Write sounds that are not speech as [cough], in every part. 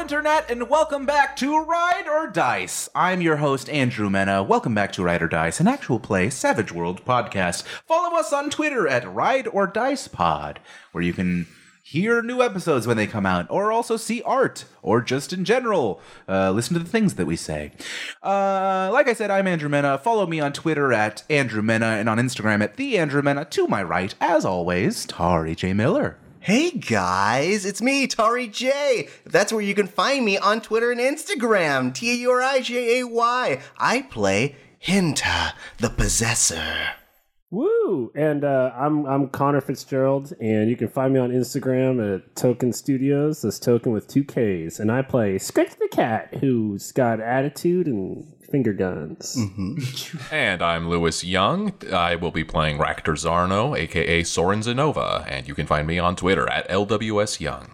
Internet, and welcome back to Ride or Dice. I'm your host, Andrew Mena. Welcome back to Ride or Dice, an actual play Savage World podcast. Follow us on Twitter at Ride or Dice Pod, where you can hear new episodes when they come out, or also see art, or just in general, uh, listen to the things that we say. Uh, like I said, I'm Andrew Mena. Follow me on Twitter at Andrew Mena and on Instagram at The Andrew Mena. To my right, as always, Tari J. Miller. Hey guys, it's me, Tari J. That's where you can find me on Twitter and Instagram. T A U R I J A Y. I play Hinta, the Possessor. Woo! And uh, I'm I'm Connor Fitzgerald, and you can find me on Instagram at Token Studios. That's Token with two Ks, and I play Scratch the Cat, who's got attitude and finger guns. And I'm Lewis Young. I will be playing Ractor Zarno, aka Soren Zanova, and you can find me on Twitter at LWS Young.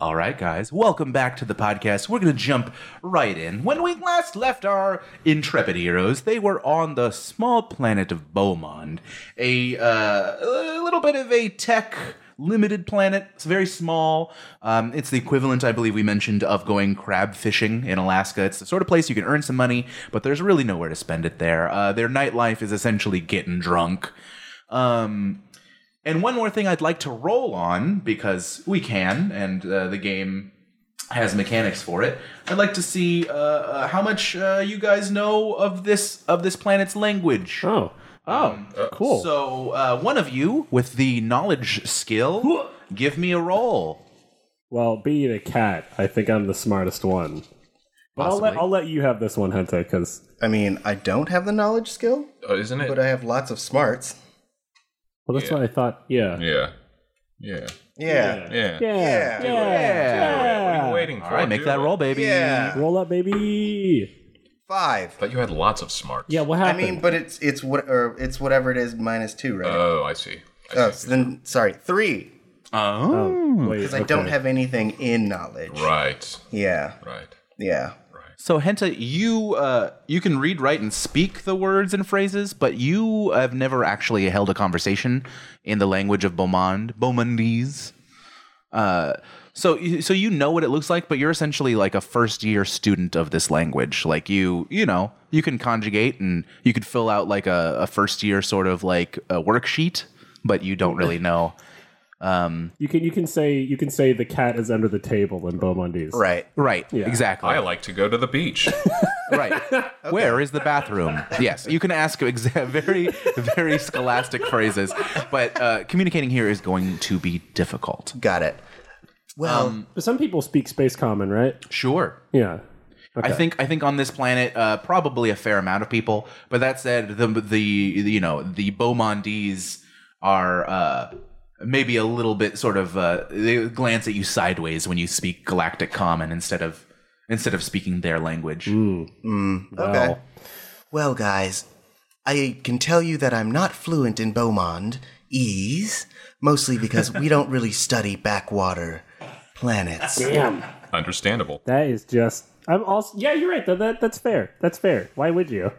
All right, guys, welcome back to the podcast. We're going to jump right in. When we last left our intrepid heroes, they were on the small planet of Beaumont, a, uh, a little bit of a tech limited planet. It's very small. Um, it's the equivalent, I believe, we mentioned of going crab fishing in Alaska. It's the sort of place you can earn some money, but there's really nowhere to spend it there. Uh, their nightlife is essentially getting drunk. Um, and one more thing I'd like to roll on because we can, and uh, the game has mechanics for it. I'd like to see uh, uh, how much uh, you guys know of this of this planet's language. Oh, oh, cool. So uh, one of you with the knowledge skill, give me a roll. well, being a cat, I think I'm the smartest one. But I'll let Possibly. I'll let you have this one, Hunter, because I mean, I don't have the knowledge skill, Uh, isn't it? but I have lots of smarts. well, that's Yeah. what I thought. Yeah. yeah. Yeah. Yeah. Yeah. Yeah. Yeah. Yeah. Yeah. What are you waiting for? All right, make Do that it. roll, baby. Yeah. Roll up, baby. Five. Thought you had lots of smarts. Yeah. What I happened? mean, but it's it's what or it's whatever it is minus two, right? Oh, I see. I oh, see. so then sorry, three. Oh. Because I don't have anything in knowledge. Right. Yeah. Right. Yeah. So Henta, you uh, you can read, write, and speak the words and phrases, but you have never actually held a conversation in the language of Beaumont, Beaumondese. Uh, so you- so you know what it looks like, but you're essentially like a first year student of this language. Like you you know you can conjugate and you could fill out like a, a first year sort of like a worksheet, but you don't really know. You can you can say you can say the cat is under the table in Beaumondies. Right. Right, exactly. I like to go to [laughs] the beach. Right. Where is the bathroom? Yes, you can ask exa- [laughs] very, very scholastic phrases, but uh, communicating here is going to be difficult. Got it. Well, But some people speak space common, right? Sure. Yeah. I think I think on this planet, uh, probably a fair amount of people. But that said, the the you know the Beaumondese are uh, maybe a little bit sort of uh, they glance at you sideways when you speak Galactic Common instead of instead of speaking their language. Okay. Well, guys, I can tell you that I'm not fluent in Beaumont ease, mostly because we don't really study backwater planets. Damn. Understandable. That is just. I'm also. Yeah, you're right. Though that that's fair. That's fair. Why would you?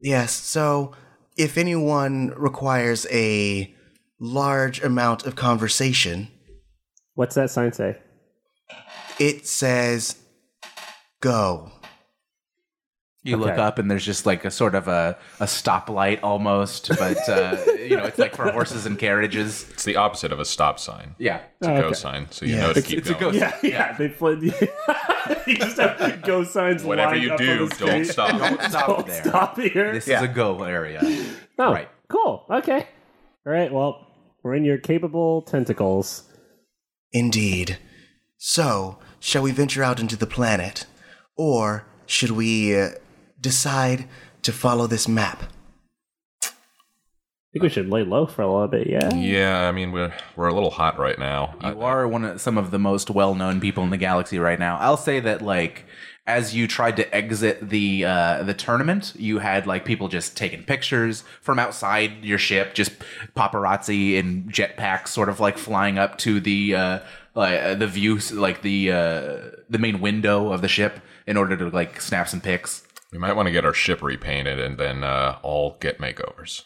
Yes, so if anyone requires a large amount of conversation, What's that sign say? it says go. You look Okay. up and there's just like a sort of a, a stoplight almost, but uh, you know it's like for horses and carriages. It's the opposite of a stop sign. Yeah, It's a Oh, go okay. sign, so you Yeah. know to It's- keep it's a going. go sign. [laughs] Yeah, yeah. They flip. [laughs] you just have go signs. Whatever lined you up do, on the [laughs] street. [laughs] don't stop. stop Don't there. stop here. This Yeah. is a go area. oh, right. Cool. Okay. All right. Well, we're in your capable tentacles. Indeed. So, shall we venture out into the planet? Or should we uh, decide to follow this map? I think we should lay low for a little bit. Yeah. Yeah, I mean we're we're a little hot right now. I- You are one of some of the most well-known people in the galaxy right now. I'll say that like as you tried to exit the uh, the tournament, you had like people just taking pictures from outside your ship, just paparazzi in jetpacks, sort of like flying up to the uh, like, uh, the view, like the uh, the main window of the ship, in order to like snap some pics. we might want to get our ship repainted and then uh, all get makeovers.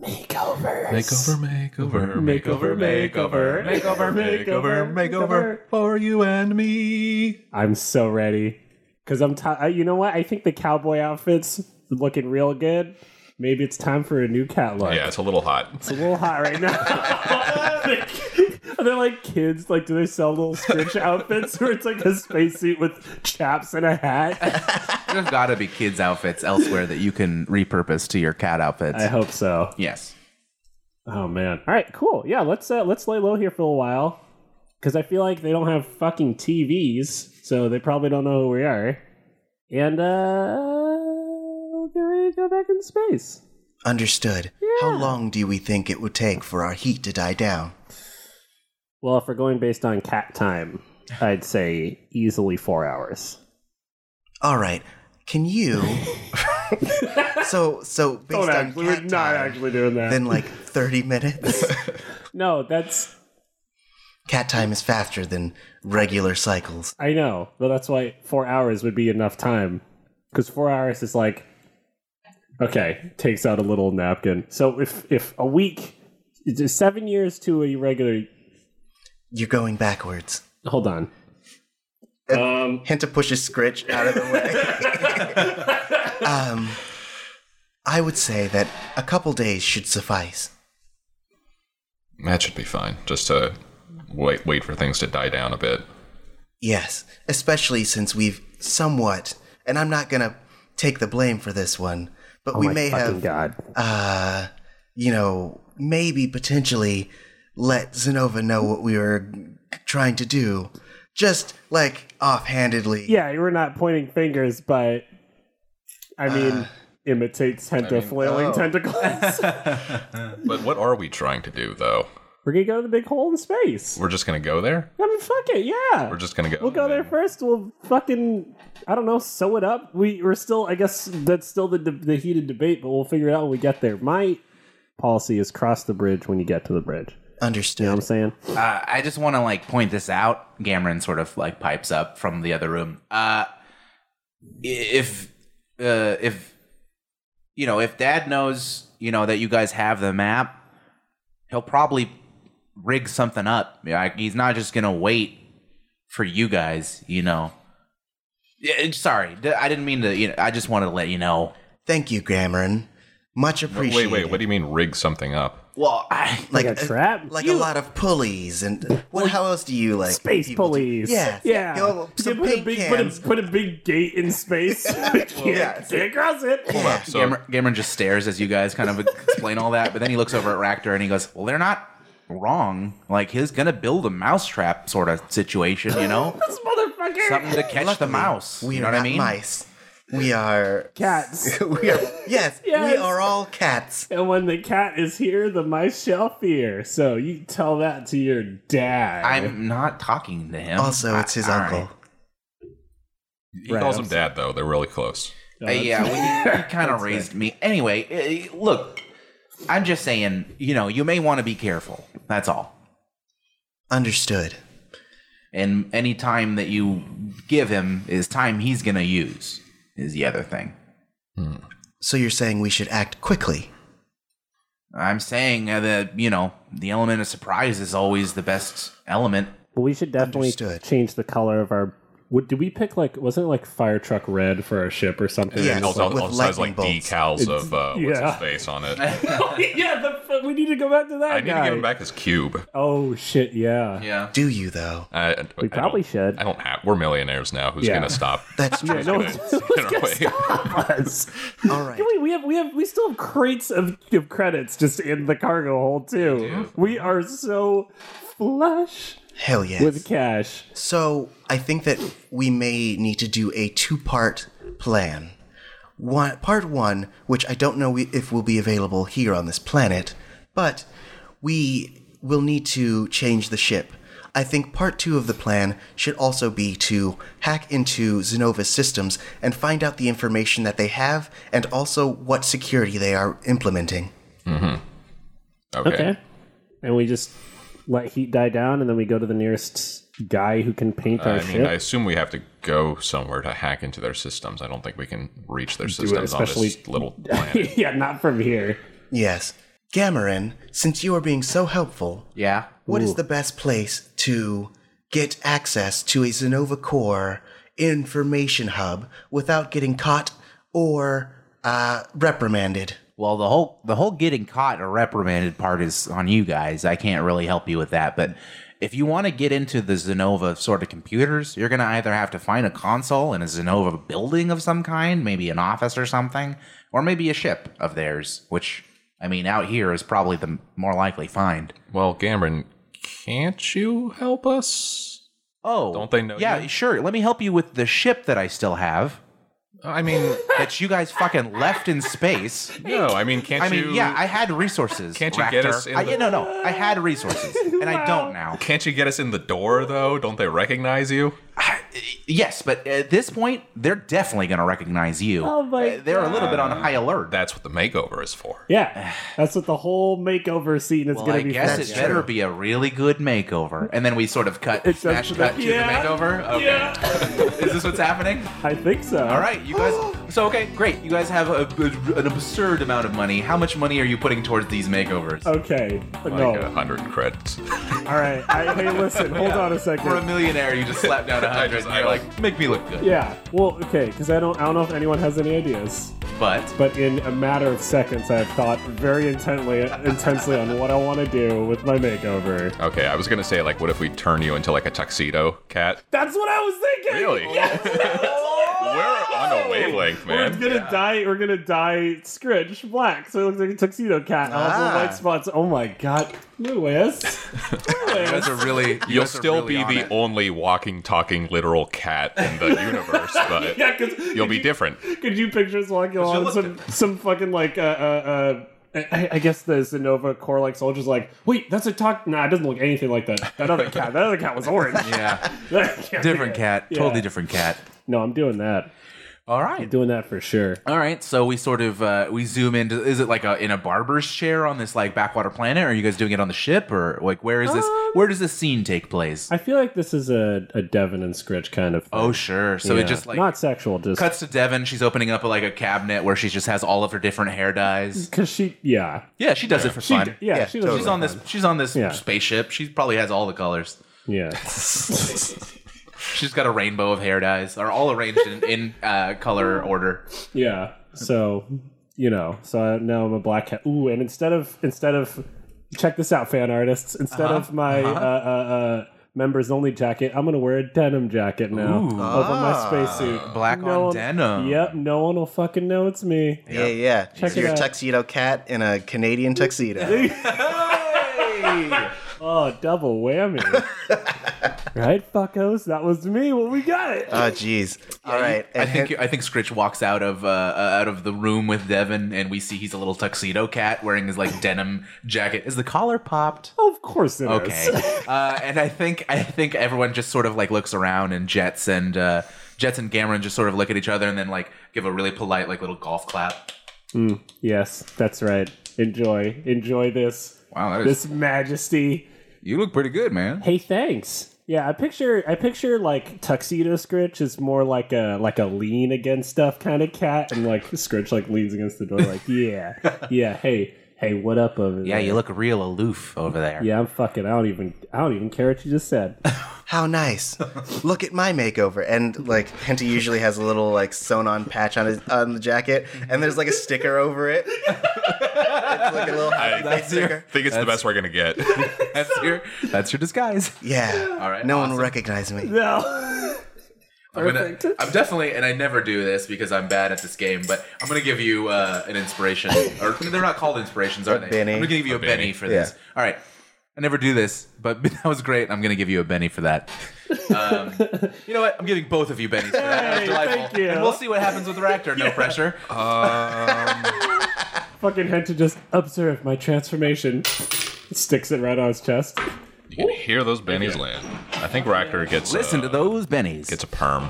Makeovers. Makeover, makeover, Makeover, makeover, makeover, makeover, makeover, makeover for you and me. I'm so ready. Because I'm ti I- You know what? I think the cowboy outfit's looking real good. Maybe it's time for a new cat look. Yeah, it's a little hot. It's a little hot right now. [laughs] Are they like kids? Like, do they sell little [laughs] Stitch outfits where it's like a spacesuit with chaps and a hat? There's got to be kids' outfits elsewhere that you can repurpose to your cat outfits. I hope so. yes. Oh man! All right, cool. Yeah, let's uh, let's lay low here for a while because I feel like they don't have fucking TVs, so they probably don't know who we are. And uh, get ready to go back into space. Understood. How long do we think it would take for our heat to die down? Well, if we're going based on cat time, I'd say easily four hours. All right. Can you? so so based on Don't actually, we're cat not time, actually doing that. then like thirty minutes. [laughs] no, that's cat time is faster than regular cycles. I know. Well, that's why four hours would be enough time. Because four hours is like, okay, takes out a little napkin. So if if a week, it's just seven years to a regular. You're going backwards. Hold on. Um, Henta pushes Scritch out of the way. [laughs] um, I would say that a couple days should suffice. That should be fine. Just to wait, wait for things to die down a bit. Yes, especially since we've somewhat, and I'm not gonna take the blame for this one, but we Oh My may fucking have, god. uh, you know, maybe potentially let Zenova know what we were trying to do, just like offhandedly. Yeah, we're not pointing fingers, but I mean, Uh, imitates Henta flailing oh. tentacles. [laughs] But what are we trying to do, though? we're gonna go to the big hole in space. We're just gonna go there. I mean, fuck it, yeah. We're just gonna go. We'll go there first. We'll fucking I don't know, sew it up. We we're still I guess that's still the the heated debate, but we'll figure it out when we get there. My policy is cross the bridge when you get to the bridge. understood. You know what I'm saying? Uh, I just want to like point this out. Gamron sort of like pipes up from the other room. Uh, if uh, if you know if Dad knows you know that you guys have the map, he'll probably rig something up. Like, he's not just gonna wait for you guys. You know. Yeah, it- sorry, d- I didn't mean to. You know, I just wanted to let you know. Thank you, Grammarin. Much Wait, appreciated. wait, wait. What do you mean rig something up? Well, I like uh, Like a trap? like You- a lot of pulleys and what? how else do you like Space people do- police. Yeah, Yeah. you know, Yeah, some put, a paint big, put, cans. a, put a big gate in space. [laughs] [laughs] can't, yeah. can't cross it. Yeah. So Gamron, Gamron just stares as you guys kind of explain all that, but then he looks over at Ractor and he goes, "Well, they're not wrong. Like he's gonna build a mousetrap sort of situation, you [laughs] know, This motherfucker something to catch the mouse. We you are know what not I mean? mice. We are. [laughs] [laughs] cats. We are. Yes, we Yes. are all cats. and when the cat is here, the mice shall fear. So you tell that to your dad. I'm not talking to him. Also, it's his All right. uncle. he Right, calls I'm him dad, though. They're really close. Uh, yeah, well, [laughs] he, kind of raised me. Anyway, uh, look, I'm just saying, you know, you may want to be careful. That's all. Understood. And any time that you give him is time he's gonna use. Is the other thing. So you're saying we should act quickly? I'm saying uh, that you know the element of surprise is always the best element. But we should definitely Understood. change the color of our. What, did we pick like wasn't it like fire truck red for our ship or something? Yes. [laughs] And also, With also has like lightning bolts. decals of uh, what's yeah. his face [laughs] on it. Oh, yeah, the, fu- we need to go back to that I need to guy. give him back his cube. Oh shit! Yeah, Yeah. Do you though? I, I- we I probably don't- should. I don't have. We're millionaires now. Who's Yeah. gonna stop? That's true. [laughs] no Who's one's, gonna- [laughs] no one's gonna gonna wait? [laughs] stop us. All right. Can we, we have we have we still have crates of, of credits just in the cargo hold too. We are so flush Hell yes. with cash. So I think that we may need to do a two-part plan. One part one, which I don't know if will be available here on this planet, but we will need to change the ship. I think part two of the plan should also be to hack into Zenova's systems and find out the information that they have and also what security they are implementing. Okay. and we just let heat die down, and then we go to the nearest guy who can paint our I ship. [laughs] mean, I assume we have to go somewhere to hack into their systems. I don't think we can reach their systems [laughs] on especially- this little planet. yeah, not from here. Yes. Gamarin, since you are being so helpful, Yeah. what is the best place to get access to a Zenova Core information hub without getting caught or uh, reprimanded? Well, the whole the whole getting caught or reprimanded part is on you guys. I can't really help you with that, but if you want to get into the Zenova sort of computers, you're going to either have to find a console in a Zenova building of some kind, maybe an office or something, or maybe a ship of theirs, which I mean out here is probably the more likely find. Well, Cameron, can't you help us? Oh. Don't they know Yeah, you? sure. Let me help you with the ship that I still have [laughs] I mean, that you guys fucking left in space. no. I mean, can't I mean, you? yeah, I had resources. Can't you get Ractor. us in I, the- yeah, no, no, I had resources, and I don't now. Can't you get us in the door though? Don't they recognize you? Yes, but at this point, they're definitely going to recognize you. Oh my Uh, They're a little bit on high alert. That's what the makeover is for. Yeah, that's what the whole makeover scene is well, going I to be. guess for. it That's better true. be a really good makeover. And then we sort of cut, It does smash to the- cut to Yeah. the makeover. Okay. Is this what's happening? I think so. All right, you [gasps] guys. So okay, great. You guys have a, an absurd amount of money. How much money are you putting towards these makeovers? Uh, Okay. Like no. a hundred credits. All right. I, hey, listen. Hold on a second. For a millionaire, you just slap down a [laughs] I hundred. just- and I You're was- like, make me look good. yeah. Well, okay, because I don't. I don't know if anyone has any ideas. But But in a matter of seconds, I've thought very intently, intensely on what I want to do with my makeover. Okay, I was gonna say like, what if we turn you into like a tuxedo cat? That's what I was thinking. [laughs] Really? We're on a wavelength, We're man. gonna dye. We're gonna dye Scritch black, so it looks like a tuxedo cat. Ah. Ah. Also white spots. Oh my god, Lewis. Lewis. that's a really. you You'll guys are still really on be the it. only walking, talking, literal cat in the [laughs] universe, but [laughs] Yeah, because you'll be different. Could you picture us walking you along look some some fucking like uh uh. uh I, I guess the Zenova core like soldiers like wait that's a talk nah it doesn't look anything like that that other cat that other cat was orange Yeah. [laughs] That can't be [laughs] Different it." cat. Yeah. Totally different cat. no I'm doing that All right. doing that for sure All right. So we sort of uh, we zoom into. Is it like a, in a barber's chair on this like backwater planet? Or are you guys doing it on the ship? Or like where is this? Where does this scene take place? Um, I feel like this is a a Devin and Scritch kind of thing. oh sure. So Yeah. it just like not sexual just cuts to Devon. She's opening up like a cabinet where she just has all of her different hair dyes. because she yeah Yeah, she does it for she fun. d- yeah, Yeah, she does She's on this. She's on this Yeah. spaceship. She probably has all the colors. yeah She's got a rainbow of hair dyes. They're all arranged in, in uh, color order. yeah so you know so I, now I'm a black cat ooh and instead of instead of check this out fan artists instead Uh-huh. of my uh uh, uh members only jacket I'm gonna wear a denim jacket now over my spacesuit Black No on one- denim. Yep, no one will fucking know it's me. Yeah, yeah. Check so it you're a out. tuxedo cat in a Canadian [laughs] tuxedo. Hey! Oh, double [laughs] whammy. right, fuckos? That was me. Well, we got it. Uh, oh, jeez. All right. I and think I think Scritch walks out of uh, out of the room with Devin, and we see he's a little tuxedo cat wearing his like denim jacket. Is the collar popped? of course it is. Okay. uh, and I think I think everyone just sort of like looks around, and Jets and uh, Jets and Cameron just sort of look at each other, and then like give a really polite like little golf clap. Yes, that's right. Enjoy. Enjoy this. Wow, that This majesty. you look pretty good, man. Hey, thanks. Yeah, I picture I picture like tuxedo Scritch is more like a like a lean against stuff kind of cat, and like Scritch like leans against the door like yeah yeah hey hey what up over Yeah, there you look real aloof over there. yeah I'm fucking I don't even I don't even care what you just said How nice. Look at my makeover. And like Penta usually has a little like sewn on patch on his on the jacket, and there's like a sticker over it. [laughs] it's like a little happy face That's your- sticker. I think it's the best we're gonna get. [laughs] that's your that's your disguise. Yeah. All right, No one will recognize me. no I'm, gonna, Perfect. I'm definitely, and I never do this because I'm bad at this game, but I'm going to give you uh, an inspiration. Or they're not called inspirations, are they? Benny. I'm going to give you a, Benny. Benny. for this. All right. I never do this, but [laughs] that was great. I'm going to give you a Benny for that. Um, you know what? I'm giving both of you Bennies for that. That was Hey, delightful. thank you. And we'll see what happens with Ractor. No pressure. fucking had to just observe my transformation. Sticks it right on his chest. [laughs] you can hear those bennies land. I think Ractor gets [laughs] Listen a, to those Bennies. gets a perm.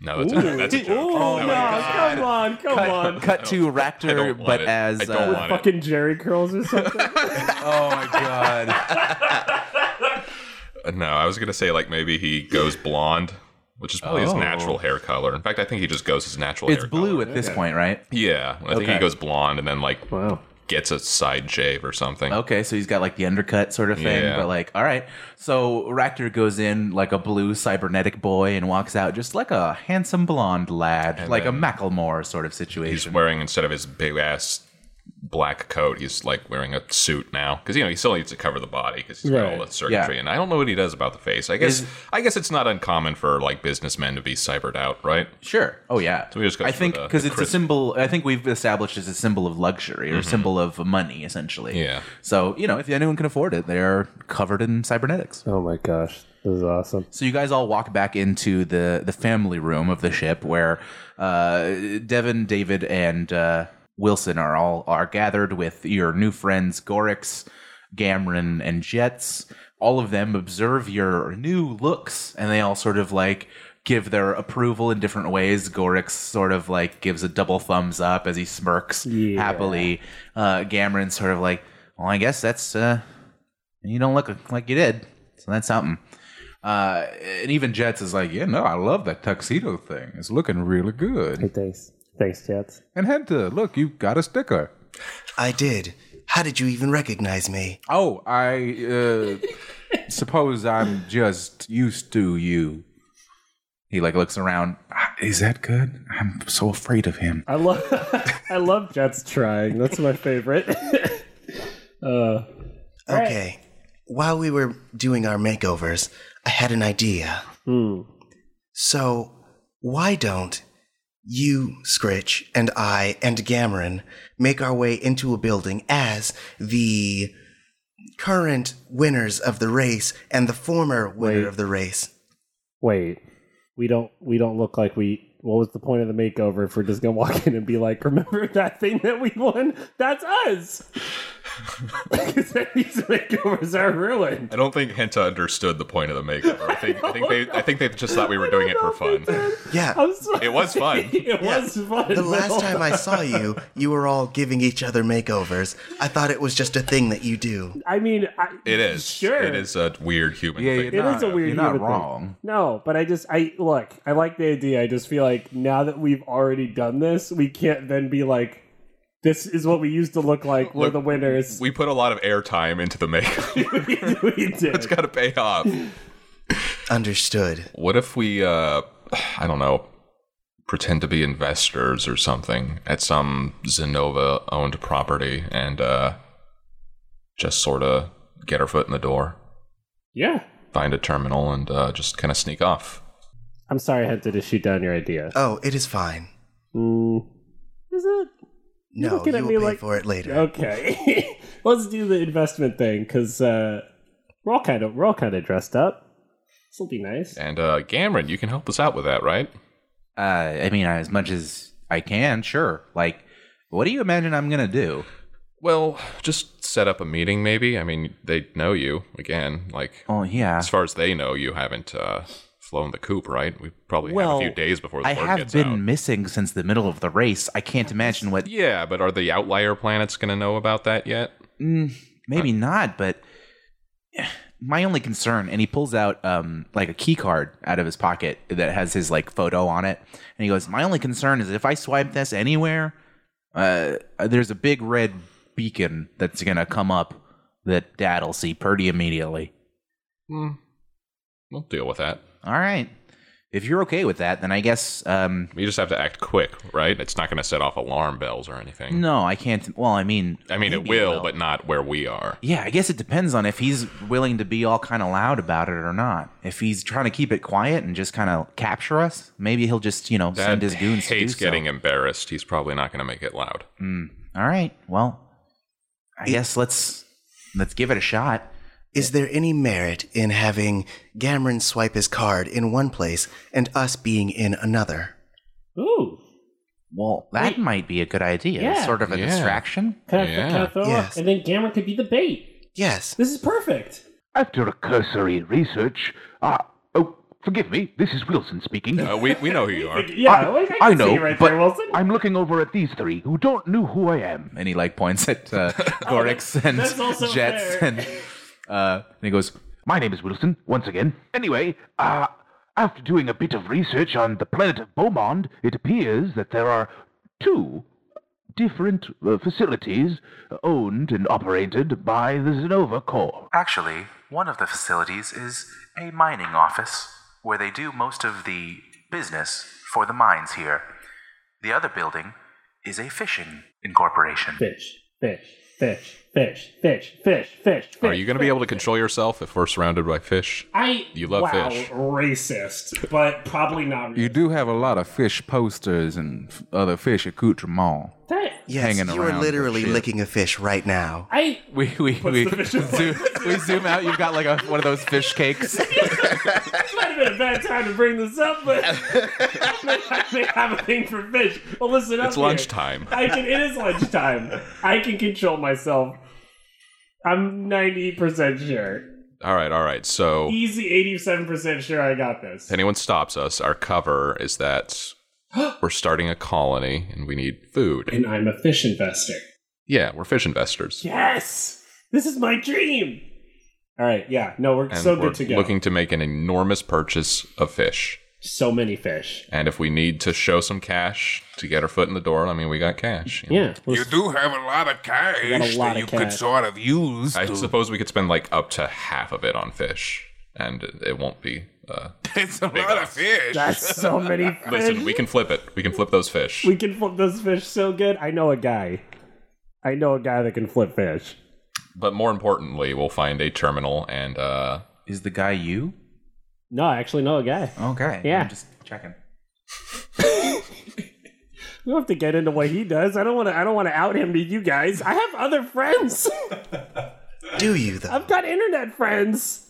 No, that's a, that's a joke. Oh, no, come on, come on. Cut to Ractor, don't want but it. as I uh, don't want it. Fucking Jerry curls or something. oh my god, No, I was gonna say like maybe he goes blonde, which is probably his Oh. natural hair color. In fact, I think he just goes his natural. it's hair blue color. at this point, right? Yeah, I think he Okay. goes blonde, and then like Wow. gets a side shave or something. Okay, so he's got like the undercut sort of thing, Yeah. but like, all right. So Ractor goes in like a blue cybernetic boy and walks out just like a handsome blonde lad, like a Macklemore sort of He's situation. wearing instead of his big ass black coat, he's like wearing a suit now because you know he still needs to cover the body because he's got all Right. that circuitry. Yeah. And I don't know what he does about the face. I guess Is- I guess it's not uncommon for like businessmen to be cybered out, right? Sure. Oh yeah. we just go I for think the- because the it's a crisp- Mm-hmm. symbol. I think we've established as a symbol of luxury or symbol of money, essentially. Yeah. So you know, if anyone can afford it, they are covered in cybernetics. Oh my gosh, this is awesome. So you guys all walk back into the the family room of the ship where uh, Devin, David, and uh, Wilson are all are gathered with your new friends Gorix, Gamron, and Jets. All of them observe your new looks, and they all sort of like give their approval in different ways. Gorix sort of like gives a double thumbs up as he smirks Yeah. happily. Uh, Gamron's sort of like, well, I guess that's uh, you don't look like you did, so that's something. Uh, and even Jets is like, yeah, no, I love that tuxedo thing. It's looking really good. Hey, thanks, thanks, Jets. And Henta, look, you got a sticker. I did. How did you even recognize me? Oh, I [laughs] uh, suppose I'm just used to you. He like looks around. "Ah, Is that good? I'm so afraid of him. I love, I love [laughs] Jets trying. That's my favorite. [laughs] uh, Okay. While we were doing our makeovers, I had an idea. hmm. So, why don't you, Scritch, and I, and Gamron make our way into a building as the current winners of the race and the former winner Wait. of the race? Wait, we don't, we don't look like we. What was the point of the makeover if we're just gonna walk in and be like, remember that thing that we won? That's us. [laughs] Because then these makeovers are ruined. I don't think Henta understood the point of the makeover. I think I think they I think they just thought we were doing it [laughs] for fun. Yeah. [laughs] I'm sorry. It was fun. [laughs] it was fun. The but last all- time I [laughs] saw you, you were all giving each other makeovers. I thought it was just a thing that you do. I mean, I, It is. Sure, It is a weird human Yeah, thing. you're It not, is a weird You're not human thing. wrong. No, but I just I look, I like the idea. I just feel like now that we've already done this, we can't then be like this is what we used to look like. We're Look, the winners. We put a lot of airtime into the makeover. [laughs] We, did. [laughs] it's got to pay off. Understood. What if we, uh, I don't know, pretend to be investors or something at some Zenova owned property and uh, just sort of get our foot in the door, Yeah. find a terminal, and uh, just kind of sneak off? I'm sorry I had to just shoot down your idea. Oh, it is fine. Mm. Is it? You're No, looking at you will me pay like- for it later. Okay. [laughs] Let's do the investment thing cuz uh we're all kind of we're all kind of dressed up. This will be nice. And uh, Gamron, you can help us out with that, right? Uh, I mean, as much as I can, sure. Like, what do you imagine I'm gonna do? Well, just set up a meeting, maybe. I mean, they know you again. Like, Oh yeah. as far as they know, you haven't uh, flown the coop, right? We probably Well, have a few days before the I word have gets been out. missing since the middle of the race. I can't imagine what. Yeah, but are the outlier planets going to know about that yet? Mm, maybe not, but my only concern. And he pulls out um like a key card out of his pocket that has his like photo on it, and he goes, "My only concern is if I swipe this anywhere, uh, there's a big red beacon that's gonna come up that Dad'll see pretty immediately." Hmm. We'll deal with that. All right. If you're okay with that, then I guess um, We just have to act quick, right? It's not going to set off alarm bells or anything. No, I can't. Well, I mean, I mean, it maybe will, but not where we are. yeah, I guess it depends on if he's willing to be all kind of loud about it or not. If he's trying to keep it quiet and just kind of capture us, maybe he'll just you know send Dad his goons. to hates do so. getting embarrassed. He's probably not going to make [laughs] it loud. Mm. All right. Well, I guess let's let's give it a shot. Is there any merit in having Gamron swipe his card in one place and us being in another? Ooh. Well, that Wait. might be a good idea. Yeah. Sort of a Yeah. distraction. Can I, Yeah. can I throw Yes. up? And then Gamma could be the bait. Yes. This is perfect. After a cursory research, ah, oh, forgive me, this is Wilson speaking. Uh, we, we know who you are. Yeah, I, I, can I see know, you right but there, Wilson. I'm looking over at these three who don't know who I am. And he like points at [laughs] uh, Gorix and Oh, that's also Jets fair. and uh, and he goes, My name is Wilson, once again. Anyway, uh, after doing a bit of research on the planet of Beaumont, it appears that there are two different uh, facilities owned and operated by the Zenova Corps. Actually, one of the facilities is a mining office where they do most of the business for the mines here. The other building is a fishing incorporation. Fish, fish, fish, fish, fish, fish, fish. fish Are you going to be able to control yourself if we're surrounded by fish? I You love wow, fish. racist, but probably not. You do have a lot of fish posters and f- other fish accoutrements. That Yes, Hanging you around are with literally shit. licking a fish right now. I [laughs] We we we, the fish away. [laughs] zoom, we zoom out. You've got like a, one of those fish cakes. might have been a bad time to bring this up, but I may have a thing for fish. Well, listen up. It's here. lunchtime. I can. It is lunchtime. I can control myself. I'm ninety percent sure. All right, all right. So if Easy, eighty-seven percent sure I got this. anyone stops us, our cover [gasps] is that we're starting a colony and we need food. And I'm a fish investor. Yeah, we're fish investors. Yes, this is my dream. All right, yeah, no, we're And so we're good to go. looking to make an enormous purchase of fish. so many fish. And if we need to show some cash to get our foot in the door, I mean, we got cash. you know? Yeah. You do have a lot of cash got a lot that of you could cash. sort of use. I to- suppose we could spend like up to half of it on fish, and it- it won't be. Uh, [laughs] it's a lot of fish. That's [laughs] so many fish. listen, we can flip it. We can flip those fish. We can flip those fish so good. I know a guy. I know a guy that can flip fish. But more importantly, we'll find a terminal and uh, Is the guy you? No, I actually know a guy. Okay. Yeah. I'm just checking. We don't have to get into what he does. I don't want to. I don't want to out him to you guys. I have other friends. [laughs] Do you though? I've got internet friends.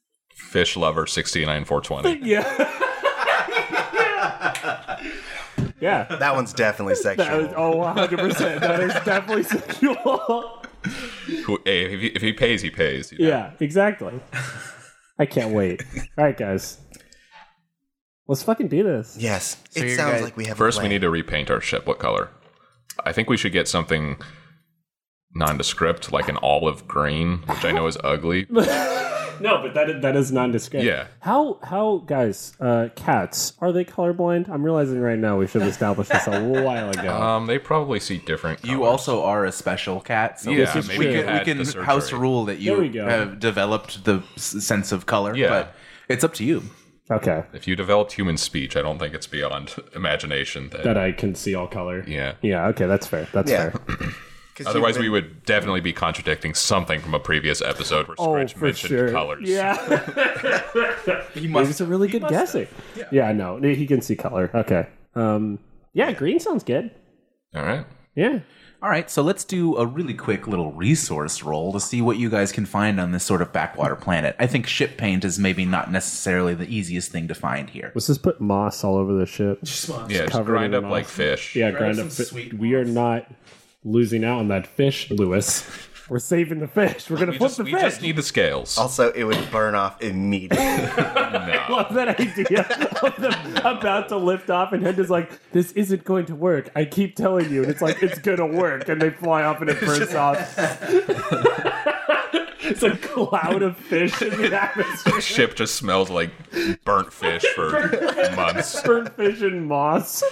[laughs] fish lover sixty nine four twenty. Yeah. [laughs] yeah. That one's definitely [laughs] That was, sexual. oh, 100. percent That is [laughs] definitely sexual. Hey, eh, if he, if he pays, he pays. you know? yeah. Exactly. I can't wait. All right, guys. Let's fucking do this. Yes, it you're sounds guys- like we have. a First, we plan. need to repaint our ship. What color? I think we should get something nondescript, like an olive green, which I know is [laughs] ugly. No, but that that is nondescript. Yeah. How how guys uh, cats are they colorblind? I'm realizing right now we should have established this [laughs] a while ago. Um, they probably see different. You colors. also are a special cat, so Yeah, This is we true. can, had we can the surgery. house rule that There we you go. have developed the s- sense of color. Yeah. but it's up to you. okay, If you developed human speech, I don't think it's beyond [laughs] imagination. That, That I can see all color. yeah. yeah, okay, that's fair. That's [laughs] Yeah. fair. 'Cause you Otherwise, would- we would definitely be contradicting something from a previous episode where Oh, Scritch for mentioned sure. [laughs] colors. Yeah, He it was a really good guessing. Yeah. no, he can see color. Okay, um, yeah, green sounds good. All right. Yeah, All right, so let's do a really quick little resource roll to see what you guys can find on this sort of backwater planet. I think ship paint is maybe not necessarily the easiest thing to find here. let's just put moss all over the ship. Yeah, just covered grind in up like moss. fish. Yeah, grind up. fi- we are not losing out on that fish, Lewis. We're saving the fish. We're gonna We flip just, the we fish. [laughs] just need the scales. Oh. Also, it would burn off immediately. love that idea of them about to lift off and Henda's like, this isn't going to work. I keep telling you. And it's like, it's going to work. And they fly off and it bursts [laughs] off. it's a cloud of fish in the atmosphere. Ship just smells like burnt fish [laughs] for months. Burnt fish and moss.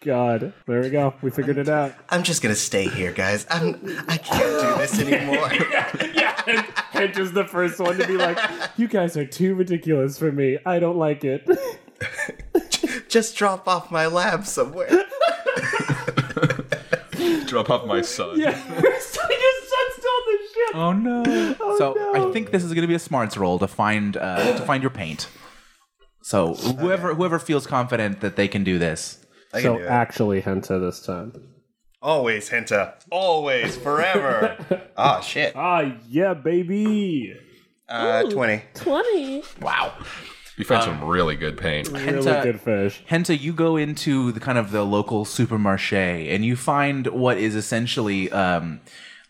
God. There we go. We figured it out. I'm just gonna stay here, guys. I'm. I can't do this anymore. [laughs] And Henda's the first one to be like, you guys are too ridiculous for me. I don't like it. [laughs] just drop off my lab [laughs] somewhere. Drop off my son. Yeah. Your son's still on the ship. Oh no! so no. I think this is going to be a smarts roll to find uh, to find your paint. So whoever whoever feels confident that they can do this, I can So do it. actually Henta this time. Always, Henta. Always, forever. [laughs] Ah, shit. Ah, yeah, baby. Uh, twenty. 20. wow, uh, You found some really good paint. Really Uh, Henta- good fish. Henta, you go into the kind of the local supermarché and you find what is essentially um,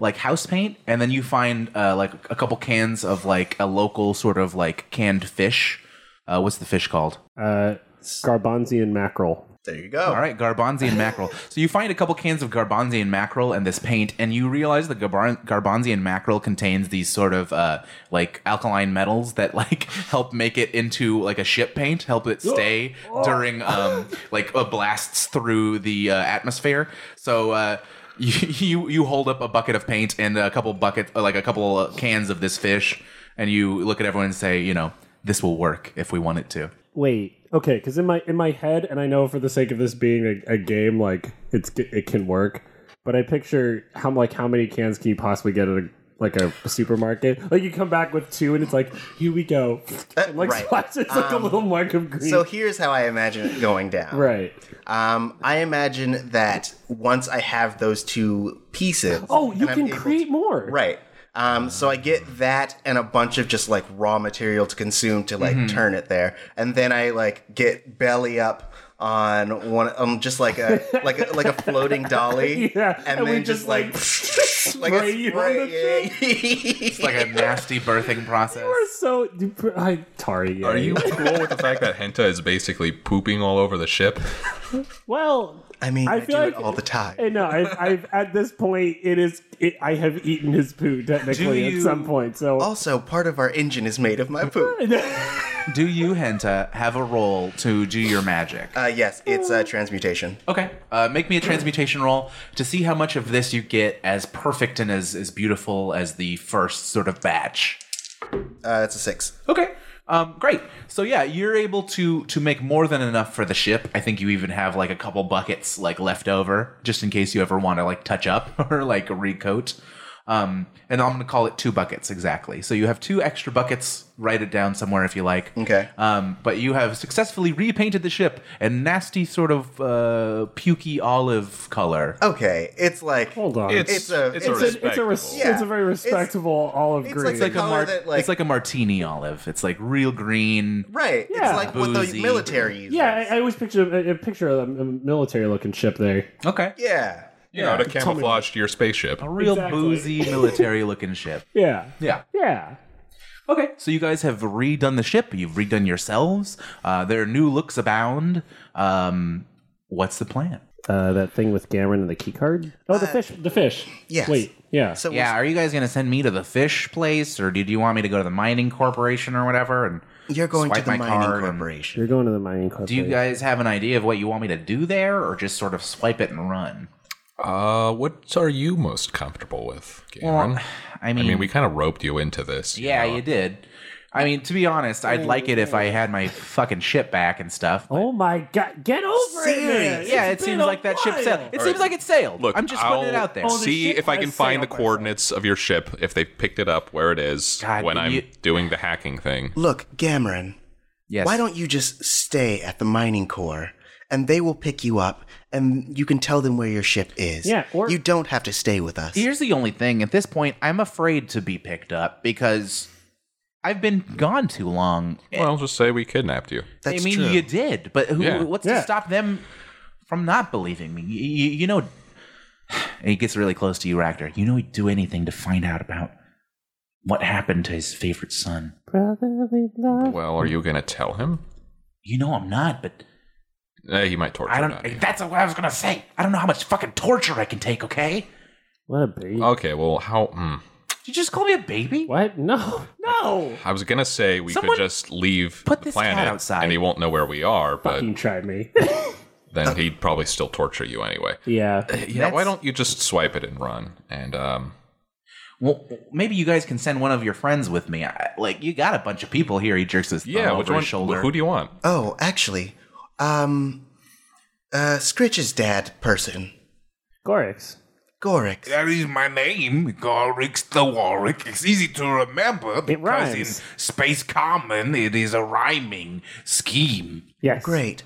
like house paint, and then you find uh, like a couple cans of like a local sort of like canned fish. Uh, what's the fish called? Uh, garbanzi and mackerel. There you go. All right, garbanzi and mackerel. so you find a couple cans of garbanzi and mackerel and this paint, and you realize that garban- garbanzi and mackerel contains these sort of uh, like alkaline metals that like [laughs] help make it into like a ship paint, help it stay during um, like uh, [laughs] blasts through the uh, atmosphere. So. Uh, you, you you hold up a bucket of paint and a couple bucket uh, like a couple uh, cans of this fish, and you look at everyone and say, you know, this will work if we want it to. Wait, okay, because in my in my head, and I know for the sake of this being a, a game, like it's it can work, but I picture how like how many cans can you possibly get at a like a supermarket? Like you come back with two, and it's like here we go, and like right. splash, it's like a little mark of green. So here's how I imagine it going down. right. Um, I imagine that once I have those two pieces. Oh, you and I'm can able to- create more. Right. Um, so I get that and a bunch of just like raw material to consume to Mm-hmm. like turn it there, and then I like get belly up on one, um, just like [laughs] a like a, like a floating dolly, Yeah, and, and we then just, just like, [laughs] like spray you on the it's It's like a nasty birthing process. We're so you pr- I Tari. Are you cool with the fact that Henta is basically pooping all over the ship? Well, [laughs] I mean, I I, feel do like- it all the time. eh, no. [laughs] I've, I've at this point it is. It, I have eaten his poo technically at you- some point. So also, part of our engine is made of my poop. Do you, Henta, have a role to do your magic? Uh, yes, it's uh, transmutation. Okay. Uh, make me a transmutation roll to see how much of this you get as perfect and as, as beautiful as the first sort of batch. Uh, it's a six. Okay. Um, great. So yeah, you're able to to make more than enough for the ship. I think you even have like a couple buckets like left over just in case you ever want to like touch up [laughs] or like recoat. Um, and I'm gonna call it two buckets exactly. So you have two extra buckets. Write it down somewhere if you like. Okay. Um, but you have successfully repainted the ship a nasty sort of uh, pukey olive color. Okay, it's like hold on. It's It's a- it's it's, a, a- It's a- it's a res- Yeah. it's a very It's- respectable olive it's green. like the It's like a color mar- that like it's like a martini olive. It's like real green. right. Yeah. It's like what the Boozy. military uses. yeah, I, I always picture a, a picture of a, military looking ship there. Okay. yeah. you know, to camouflage your spaceship. A real Exactly. boozy military looking [laughs] ship. Yeah, Yeah. yeah. Okay. So you guys have redone the ship. You've redone yourselves. Uh, there are new looks abound. Um, what's the plan? Uh, that thing with Cameron and the key card. Oh, the fish. The fish. Uh, yes. Wait. Yeah. So Yeah. Are you guys going to send me to the fish place, or did you want me to go to the mining corporation or whatever? And You're going to swipe the my mining card and- corporation. you're going to the mining club. do you guys have an idea of what you want me to do there, or just sort of swipe it and run? Uh, what are you most comfortable with, Cameron? I mean, I mean, we kind of roped you into this. you yeah, know. you did. I mean, to be honest, I'd like it if I had my fucking ship back and stuff. but- Oh my god! Get over it. Oh, man. yeah, It's it been seems a like that ship while. sailed. It seems like it sailed. Look, I'm just I'll putting it out there. Oh, the See ship if I has can find the sailed. coordinates of your ship if they picked it up where it is God, when I'm you- doing the hacking thing. Look, Gamron, yes. why don't you just stay at the mining core and they will pick you up and you can tell them where your ship is. Yeah, or- you don't have to stay with us. Here's the only thing. At this point, I'm afraid to be picked up because I've been gone too long. Well, I'll just say we kidnapped you. That's I mean, true. you did, but who, Yeah. what's Yeah. to stop them from not believing me? You, you, you know, and he gets really close to you, Ractor. You know, he'd do anything to find out about what happened to his favorite son. Brotherly love. Well, are you going to tell him? You know, I'm not, but Eh, he might torture I don't. Daddy. That's what I was gonna say. I don't know how much fucking torture I can take. Okay, What a baby. Okay, well, how? Mm, Did you just call me a baby. What? No. No. I was gonna say we Someone could just leave put the this planet cat outside. and he won't know where we are, [laughs] but Fucking tried me. then he'd probably still torture you anyway. yeah. Uh, Yeah, why don't you just swipe it and run? And um, Well, maybe you guys can send one of your friends with me. I, like, you got a bunch of people here. He jerks his thumb yeah, over which his one? shoulder. Who do you want? Oh, actually, um uh Scritch's dad person, Gorix. Gorix. That is my name, Gorix the Warwick. It's easy to remember because in rhymes. Space Common it is a rhyming scheme. Yes. Great.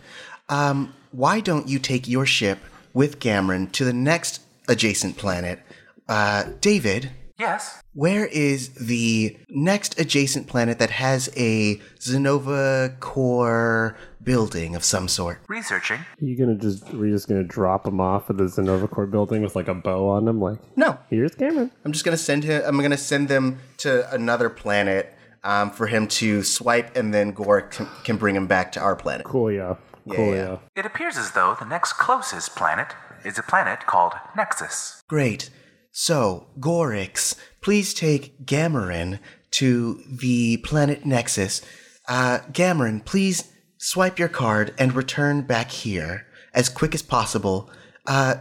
Um, why don't you take your ship with Gamron to the next adjacent planet? Uh, David, yes. where is the next adjacent planet that has a Zenova core building of some sort? Researching. Are you gonna just we're just gonna drop him off at the Zenova Corp building with like a bow on him? Like, No, here's Cameron. I'm just gonna send him. I'm gonna send them to another planet um, for him to swipe, and then Gork can, can bring him back to our planet. Coolio. Coolio. yeah. It appears as though the next closest planet is a planet called Nexus. Great. So, Gorix, please take Gamarin to the planet Nexus. Uh, Gamarin, please swipe your card and return back here as quick as possible. Uh,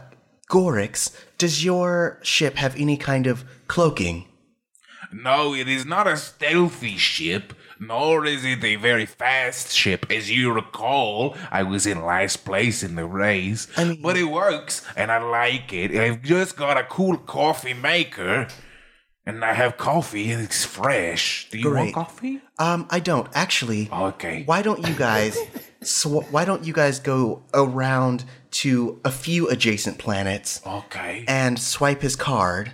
Gorix, does your ship have any kind of cloaking? No, it is not a stealthy ship, nor is it a very fast ship. As you recall, I was in last place in the race, I mean- but it works, and I like it. I've just got a cool coffee maker, and I have coffee, and it's fresh. Do you want Great. coffee? Um, I don't actually. Okay. Why don't you guys? sw- why don't you guys go around to a few adjacent planets Okay. and swipe his card?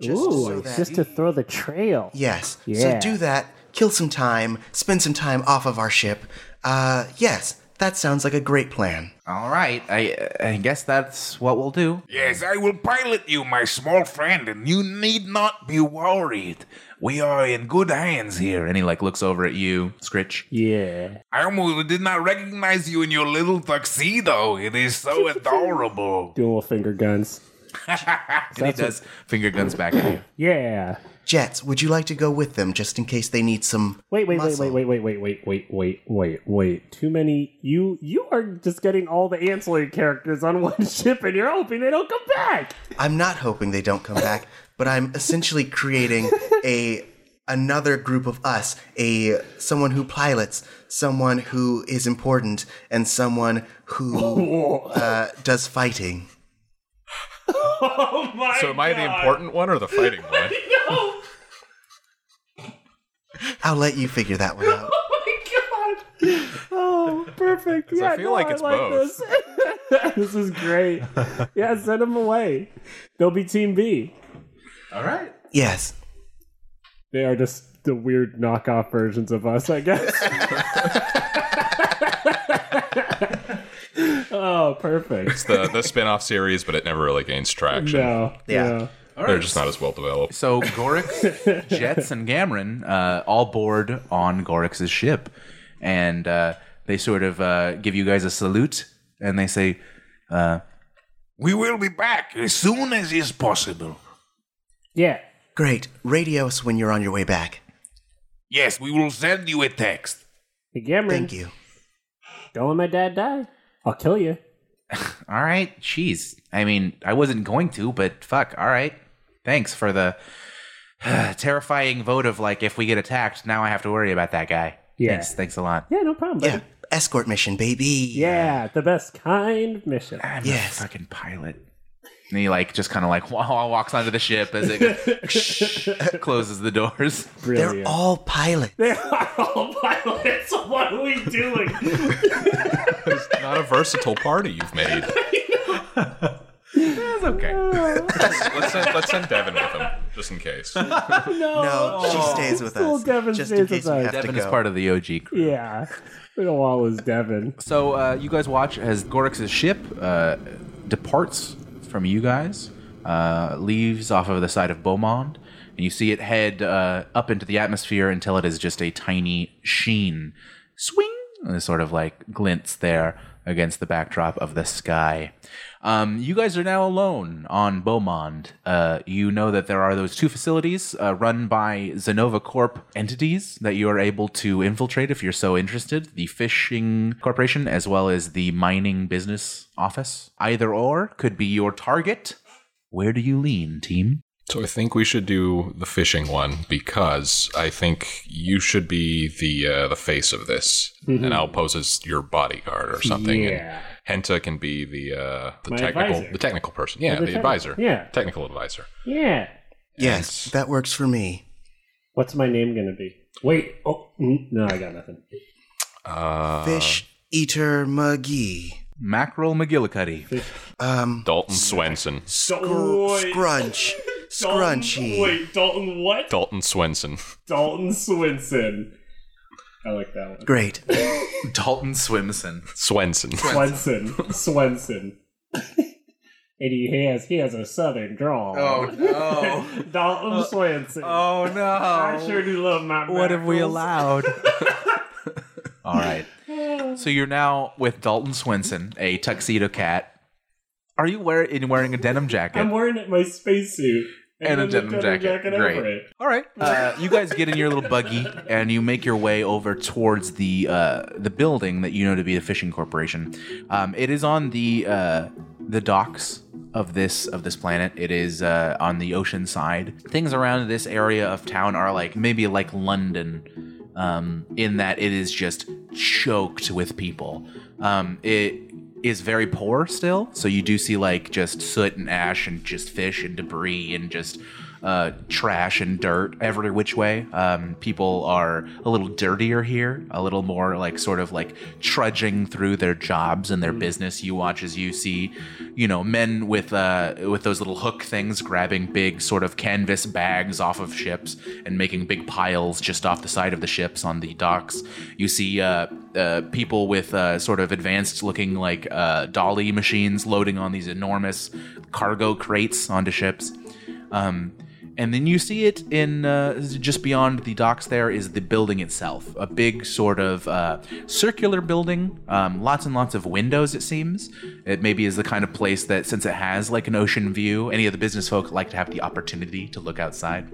Just Ooh, so it's that- just to throw the trail. Yes. Yeah. So do that. Kill some time. Spend some time off of our ship. Uh, yes, that sounds like a great plan. All right, I I guess that's what we'll do. Yes, I will pilot you, my small friend, and you need not be worried. We are in good hands here. And he like looks over at you, Scritch. Yeah. I almost did not recognize you in your little tuxedo. It is so adorable. Doing little finger guns. And he does finger guns back at you. [coughs] Yeah. Jets, would you like to go with them just in case they need some? Wait, wait, wait, Muscle. wait, wait, wait, wait, wait, wait, wait, wait, wait. Too many. You you are just getting all the ancillary characters on one [laughs] ship, and you're hoping they don't come back. I'm not hoping they don't come back, but I'm essentially creating a another group of us, a someone who pilots, someone who is important, and someone who uh, does fighting. Oh my So [laughs] am I the God. important one or the fighting one? No! I'll let you figure that one [laughs] out. Oh my god! Oh, perfect. 'Cause I Yeah, feel no, like it's both. This. [laughs] this is great. Yeah, send them away. They'll be Team B. All right. Yes. They are just the weird knockoff versions of us, I guess. [laughs] oh, perfect. It's the the spin-off series, but it never really gains traction. No. Yeah. no. They're just not as well developed. So Gorix, Jets, and Gamron uh, all board on Gorix's ship, and uh, they sort of uh, give you guys a salute, and they say, We will be back as soon as is possible. Yeah. Great. Radio us when you're on your way back. Yes, we will send you a text. Hey, Cameron, Thank you. Don't let my dad die. I'll kill you. "All right, jeez. I mean, I wasn't going to, but fuck. All right, thanks for the [sighs] terrifying vote of like, if we get attacked, now I have to worry about that guy. Yeah. Thanks, thanks a lot. Yeah, no problem. Yeah. Buddy. Escort mission, baby. Yeah, the best kind mission. I'm Yes. a fucking pilot." And he like just kind of like [laughs] wa- walks onto the ship as it goes, [laughs] closes the doors. [laughs] They're Brilliant. all pilots. [laughs] They are Oh, all pilots. What are we doing? It's not a versatile party you've made. That's okay. Let's send, let's send Devin with him, just in case. No, she stays with Little us. Devin just in stays case with we us. have Devin to is go. part of the OG crew. yeah. We don't want to lose Devin. So uh, you guys watch as Gorix's ship uh, departs from you guys, uh, leaves off of the side of Beaumont, and you see it head uh, up into the atmosphere until it is just a tiny sheen, swing, and it sort of like glints there against the backdrop of the sky. Um, you guys are now alone on Beaumont. Uh, you know that there are those two facilities uh, run by Zenova Corp entities that you are able to infiltrate if you're so interested the Fishing Corporation as well as the Mining Business Office. Either or could be your target. Where do you lean, team? So I think we should do the fishing one because I think you should be the uh, the face of this, and I'll pose as your bodyguard or something. Yeah. And Henta can be the uh, the My technical advisor. the technical person. Yeah, the the, techni- advisor. yeah. technical advisor. Yeah. Yes, that works for me. What's my name going to be? Wait. Oh, mm, no, I got nothing. Uh, Fish Eater McGee. Mackerel McGillicuddy. Um, Dalton Swenson. Dalton, gr- Scrunch. Dalton- Scrunchy. Wait, Dalton what? Dalton Swenson. Dalton Swinson. I like that one. Great. Dalton Swimson. Swenson. Swenson. Swenson. And he has he has a southern drawl. Oh, [laughs] no. Dalton Swenson. [laughs] Oh, no. I sure do love my. What have we mackerels. [laughs] allowed? All right. So you're now with Dalton Swinson, a tuxedo cat. Are you wear- in wearing a denim jacket? I'm wearing it my spacesuit and a then the denim jacket. over Great. it. All right. Uh, you guys get in your little buggy and you make your way over towards the uh, the building that you know to be the fishing corporation. Um, it is on the uh, the docks of this of this planet. It is uh, on the ocean side. Things around this area of town are like maybe like London, um, in that it is just choked with people. Um, it is very poor still, so you do see like just soot and ash and just fish and debris and just uh, trash and dirt every which way. Um, people are a little dirtier here, a little more like sort of like trudging through their jobs and their business. You watch as you see, you know, men with uh, with those little hook things grabbing big sort of canvas bags off of ships and making big piles just off the side of the ships on the docks. You see uh, uh, people with uh, sort of advanced looking like uh, dolly machines loading on these enormous cargo crates onto ships. Um, and then you see it in uh, just beyond the docks. There is the building itself, a big sort of uh, circular building, um, lots and lots of windows. It seems it maybe is the kind of place that, since it has like an ocean view, any of the business folk like to have the opportunity to look outside.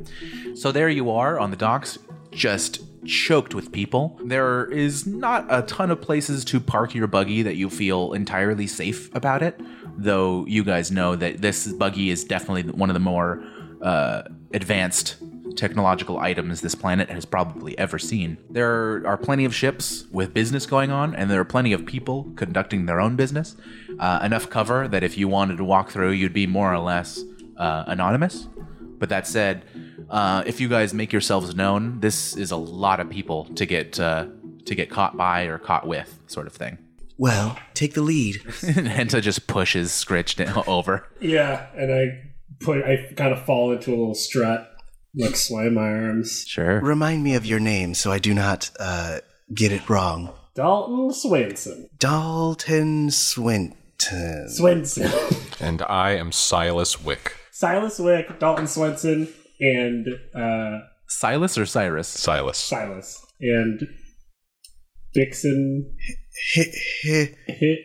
So there you are on the docks, just choked with people. There is not a ton of places to park your buggy that you feel entirely safe about it, though you guys know that this buggy is definitely one of the more uh, advanced technological items this planet has probably ever seen. There are plenty of ships with business going on, and there are plenty of people conducting their own business. Uh, enough cover that if you wanted to walk through, you'd be more or less uh, anonymous. But that said, uh, if you guys make yourselves known, this is a lot of people to get uh, to get caught by or caught with, sort of thing. [laughs] Well, take the lead. and Henta just pushes Scritch down- [laughs] over. Yeah, and I put I kind of fall into a little strut, like sway my arms. Sure. Remind me of your name so I do not uh, get it wrong. Dalton Swanson. Dalton Swinton. Swenson. And I am Silas Wick. Silas Wick, Dalton Swenson, and uh, Silas or Cyrus? Silas. Silas. And Dixon H- h- hit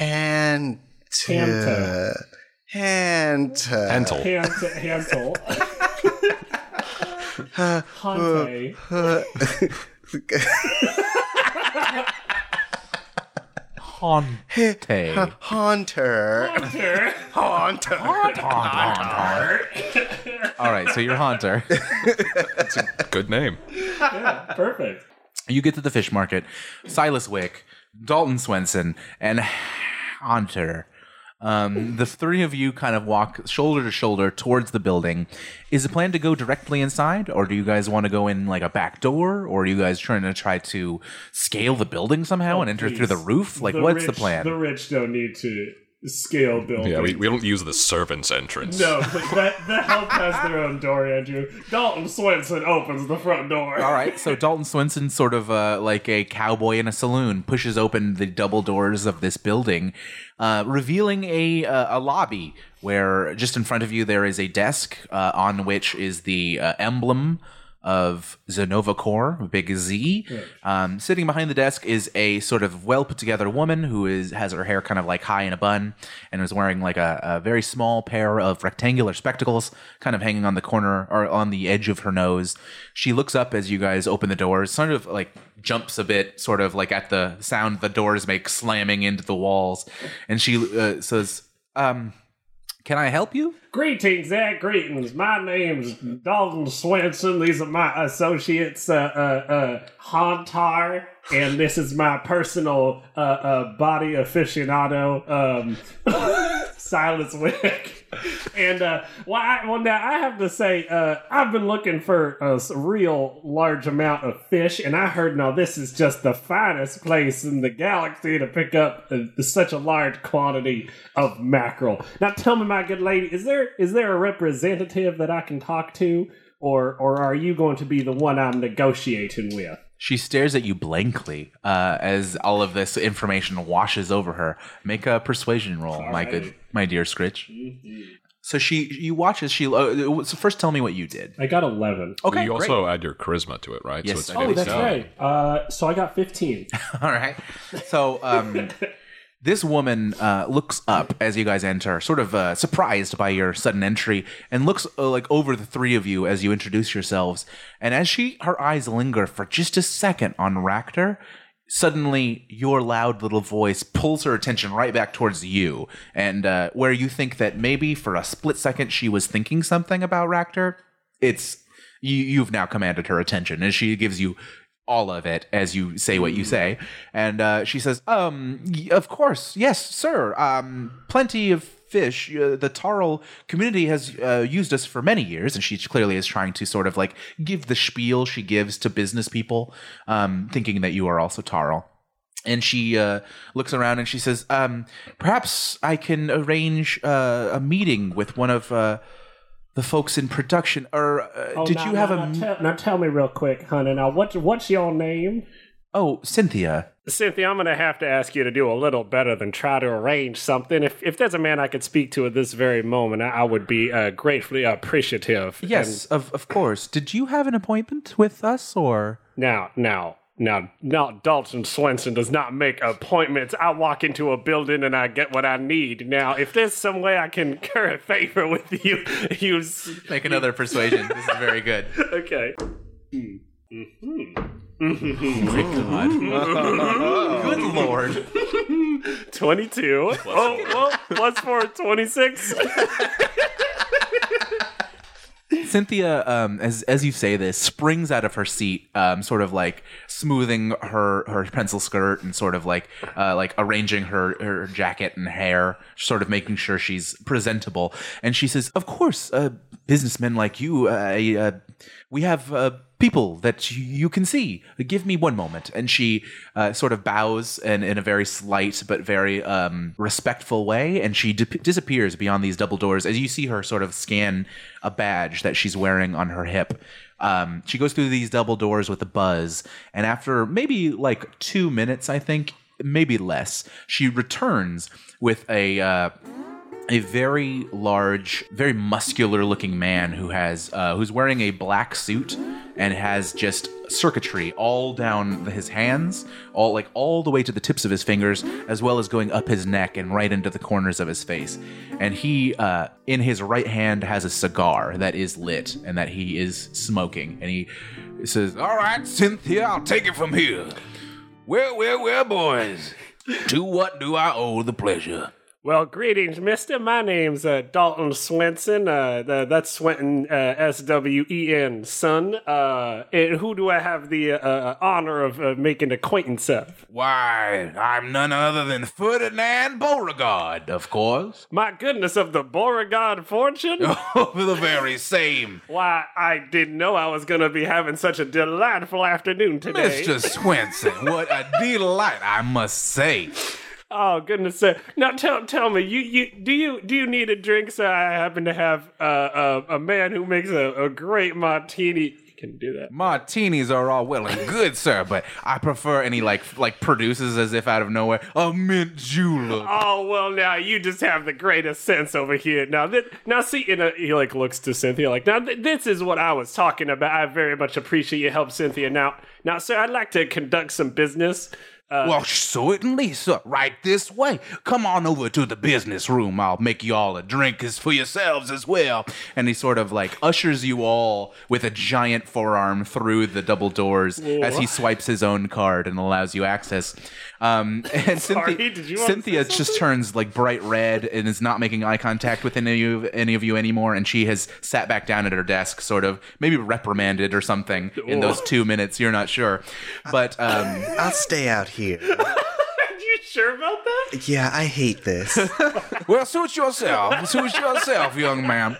Hanta. Hanta. Hanta. Entel. Hant- Hantel. Hante. [laughs] Haunte. Haunter. [laughs] Hunter. All right, so you're Haunter. Good name. Perfect. you get to the fish market. Silas Wick, Dalton Swenson, and Haunter. Um, the three of you kind of walk shoulder to shoulder towards the building. Is the plan to go directly inside, or do you guys want to go in like a back door, or are you guys trying to try to scale the building somehow and enter through the roof? Like, what's the rich- plan? The rich don't need to scale buildings. Yeah, we, we don't use the servants' entrance. no, but that, the help has their own door, Andrew. Dalton Swenson opens the front door. All right, so Dalton Swenson, sort of uh, like a cowboy in a saloon, pushes open the double doors of this building, uh, revealing a uh, a lobby where just in front of you there is a desk uh, on which is the uh, emblem of Zenova Corps, Big Z. Um, sitting behind the desk is a sort of well put together woman who is has her hair kind of like high in a bun and is wearing like a, a very small pair of rectangular spectacles, kind of hanging on the corner or on the edge of her nose. She looks up as you guys open the doors, sort of like jumps a bit, sort of like at the sound the doors make slamming into the walls, and she uh, says, um, "Can I help you?" Greetings, Zach. Greetings. My name's Dalton Swenson. These are my associates, uh, uh, uh, Hontar, and this is my personal uh, uh, body aficionado, um, [laughs] Silas Wick. And uh, well, I, well, now I have to say, uh, I've been looking for a s- real large amount of fish, and I heard now this is just the finest place in the galaxy to pick up uh, such a large quantity of mackerel. Now, tell me, my good lady, is there is there a representative that I can talk to, or or are you going to be the one I'm negotiating with? She stares at you blankly uh, as all of this information washes over her. Make a persuasion roll, my good, my dear Scritch. So she, you watch as she. Uh, so first, tell me what you did. I got eleven. Okay, you great. also add your charisma to it, right? Yes, so I it's did. Oh, that's 57. right. Uh, so I got [laughs] fifteen. All right. So um, this woman uh, looks up as you guys enter, sort of uh, surprised by your sudden entry, and looks uh, like over the three of you as you introduce yourselves. And as she, her eyes linger for just a second on Ractor, suddenly your loud little voice pulls her attention right back towards you and uh, where you think that maybe for a split second she was thinking something about Ractor it's you, you've now commanded her attention and she gives you all of it as you say what you say and uh, she says um y- of course yes sir um plenty of fish uh, the tarl community has uh, used us for many years and she clearly is trying to sort of like give the spiel she gives to business people um thinking that you are also tarl and she uh, looks around and she says um perhaps i can arrange uh, a meeting with one of uh the folks in production, or uh, Oh, did now- you have now, a? Now tell, now tell me real quick, honey. Now, what, what's your name? oh, Cynthia. Cynthia, I'm going to have to ask you to do a little better than try to arrange something. If, if there's a man I could speak to at this very moment, I, I would be uh, gratefully appreciative. Yes, of of course. Did you have an appointment with us or? Now, now, now, now, Dalton Swenson does not make appointments. I walk into a building and I get what I need. Now, if there's some way I can [laughs] curry favor with you, you s- Make another persuasion. This is very good. okay. Mm-hmm. Mm-hmm. [laughs] Good lord. [laughs] 22. oh, well, plus 4, 26. Cynthia, um, as as you say this, springs out of her seat, um, sort of like smoothing her her pencil skirt and sort of like uh, like arranging her her jacket and hair, sort of making sure she's presentable. And she says, "Of course, uh, businessmen like you, uh, I, uh, we have." Uh, People that you- you can see. Give me one moment. And she uh, sort of bows and in a very slight but very um, respectful way, and she di- disappears beyond these double doors. As you see her sort of scan a badge that she's wearing on her hip, um, she goes through these double doors with a buzz, and after maybe like two minutes, I think, maybe less, she returns with a. Uh, a very large, very muscular-looking man who has uh, who's wearing a black suit and has just circuitry all down his hands, all like all the way to the tips of his fingers, as well as going up his neck and right into the corners of his face. And he, uh, in his right hand, has a cigar that is lit and that he is smoking. And he says, All right, Cynthia, I'll take it from here. Well, well, well, boys. To what do I owe the pleasure? Well, greetings, mister. My name's uh, Dalton Swenson. Uh, th- that's Swenton, uh, S W E N, son. Uh, and who do I have the uh, uh, honor of uh, making acquaintance of? Why, I'm none other than Ferdinand Beauregard, [laughs] of course. My goodness, of the Beauregard fortune? the very [laughs] same. Why, I didn't know I was going to be having such a delightful afternoon today. Mr. Swenson, what a delight, I must say. Oh goodness, sir! Now tell tell me, you, you do you do you need a drink? Sir, I happen to have uh, uh, a man who makes a, a great martini. You can do that. Martinis are all well and good, sir, but I prefer any like like produces as if out of nowhere a mint julep. Oh well, now you just have the greatest sense over here. Now that now see, and, uh, he like looks to Cynthia like, now th- this is what I was talking about. I very much appreciate your help, Cynthia. Now, now, sir, I'd like to conduct some business. Uh, Well, certainly, sir. Right this way. Come on over to the business room. I'll make you all a drink as for yourselves as well. and he sort of like ushers you all with a giant forearm through the double doors as he swipes his own card and allows you access. Um, [laughs] and Sorry, Cynthia, did you want to Cynthia just turns like bright red and is not making eye contact with any of any of you anymore. And she has sat back down at her desk, sort of maybe reprimanded or something in those two minutes. You're not sure, but um, I'll stay out here. Are you sure about that? Yeah, I hate this. Well, suit [laughs] yourself. suit yourself, young man.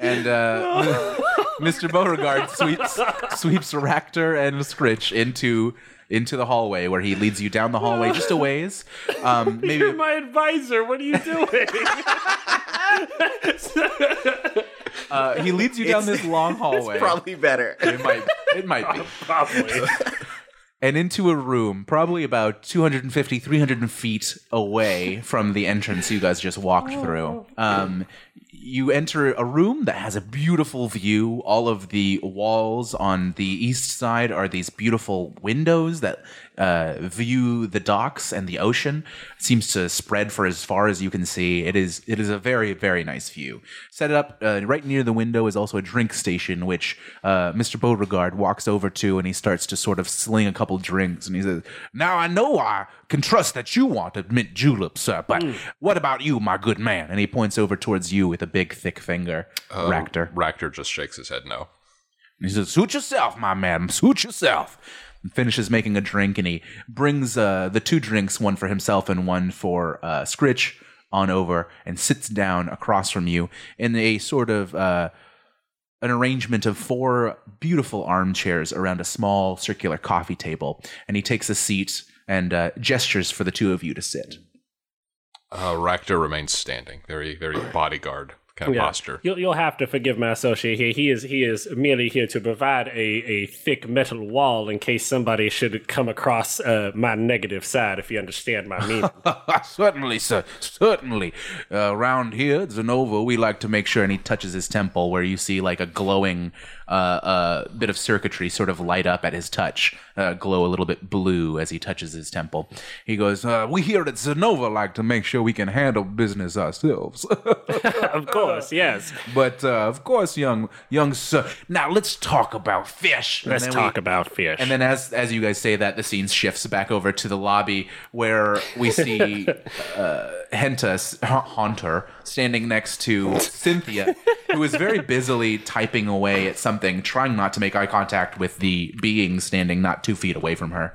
and uh, [laughs] Mr. Beauregard sweeps sweeps Ractor and Scritch into into the hallway where he leads you down the hallway just a ways. Um, You're maybe my advisor. What are you doing? [laughs] uh, he leads you [laughs] down It's- this long [laughs] hallway. Probably better. it might it might be Probably. and into a room probably about 250 300 feet away from the entrance you guys just walked through um you enter a room that has a beautiful view. All of the walls on the east side are these beautiful windows that uh, view the docks and the ocean. It seems to spread for as far as you can see. It is it is a very very nice view. Set up uh, right near the window is also a drink station, which uh, Mr. Beauregard walks over to and he starts to sort of sling a couple drinks. And he says, Now I know I can trust that you want a mint julep, sir, but what about you, my good man? and he points over towards you with a big thick finger. Uh, Ractor. Ractor just shakes his head no. And he says, "Suit yourself, my man. Suit yourself." And finishes making a drink, and he brings uh, the two drinks, one for himself and one for uh, Scritch, on over and sits down across from you in a sort of uh, an arrangement of four beautiful armchairs around a small circular coffee table. And he takes a seat and uh, gestures for the two of you to sit. Uh, Ractor remains standing, very, very bodyguard kind of Yeah. posture. You'll, you'll have to forgive my associate here. He is he is merely here to provide a, a thick metal wall in case somebody should come across uh, my negative side, if you understand my [laughs] meaning. certainly, sir. Certainly. Uh, around here, at Zenova, we like to make sure, and he touches his temple where you see like a glowing uh, uh, bit of circuitry sort of light up at his touch, uh, glow a little bit blue as he touches his temple. He goes, uh, We here at Zenova like to make sure we can handle business [laughs] ourselves. of course, yes. But uh, of course, young young sir. Now let's talk about fish. And then we- And then, as as you guys say that, the scene shifts back over to the lobby where we see uh, Henta s- ha- Haunter standing next to Cynthia, who is very busily typing away at something, trying not to make eye contact with the being standing not two feet away from her.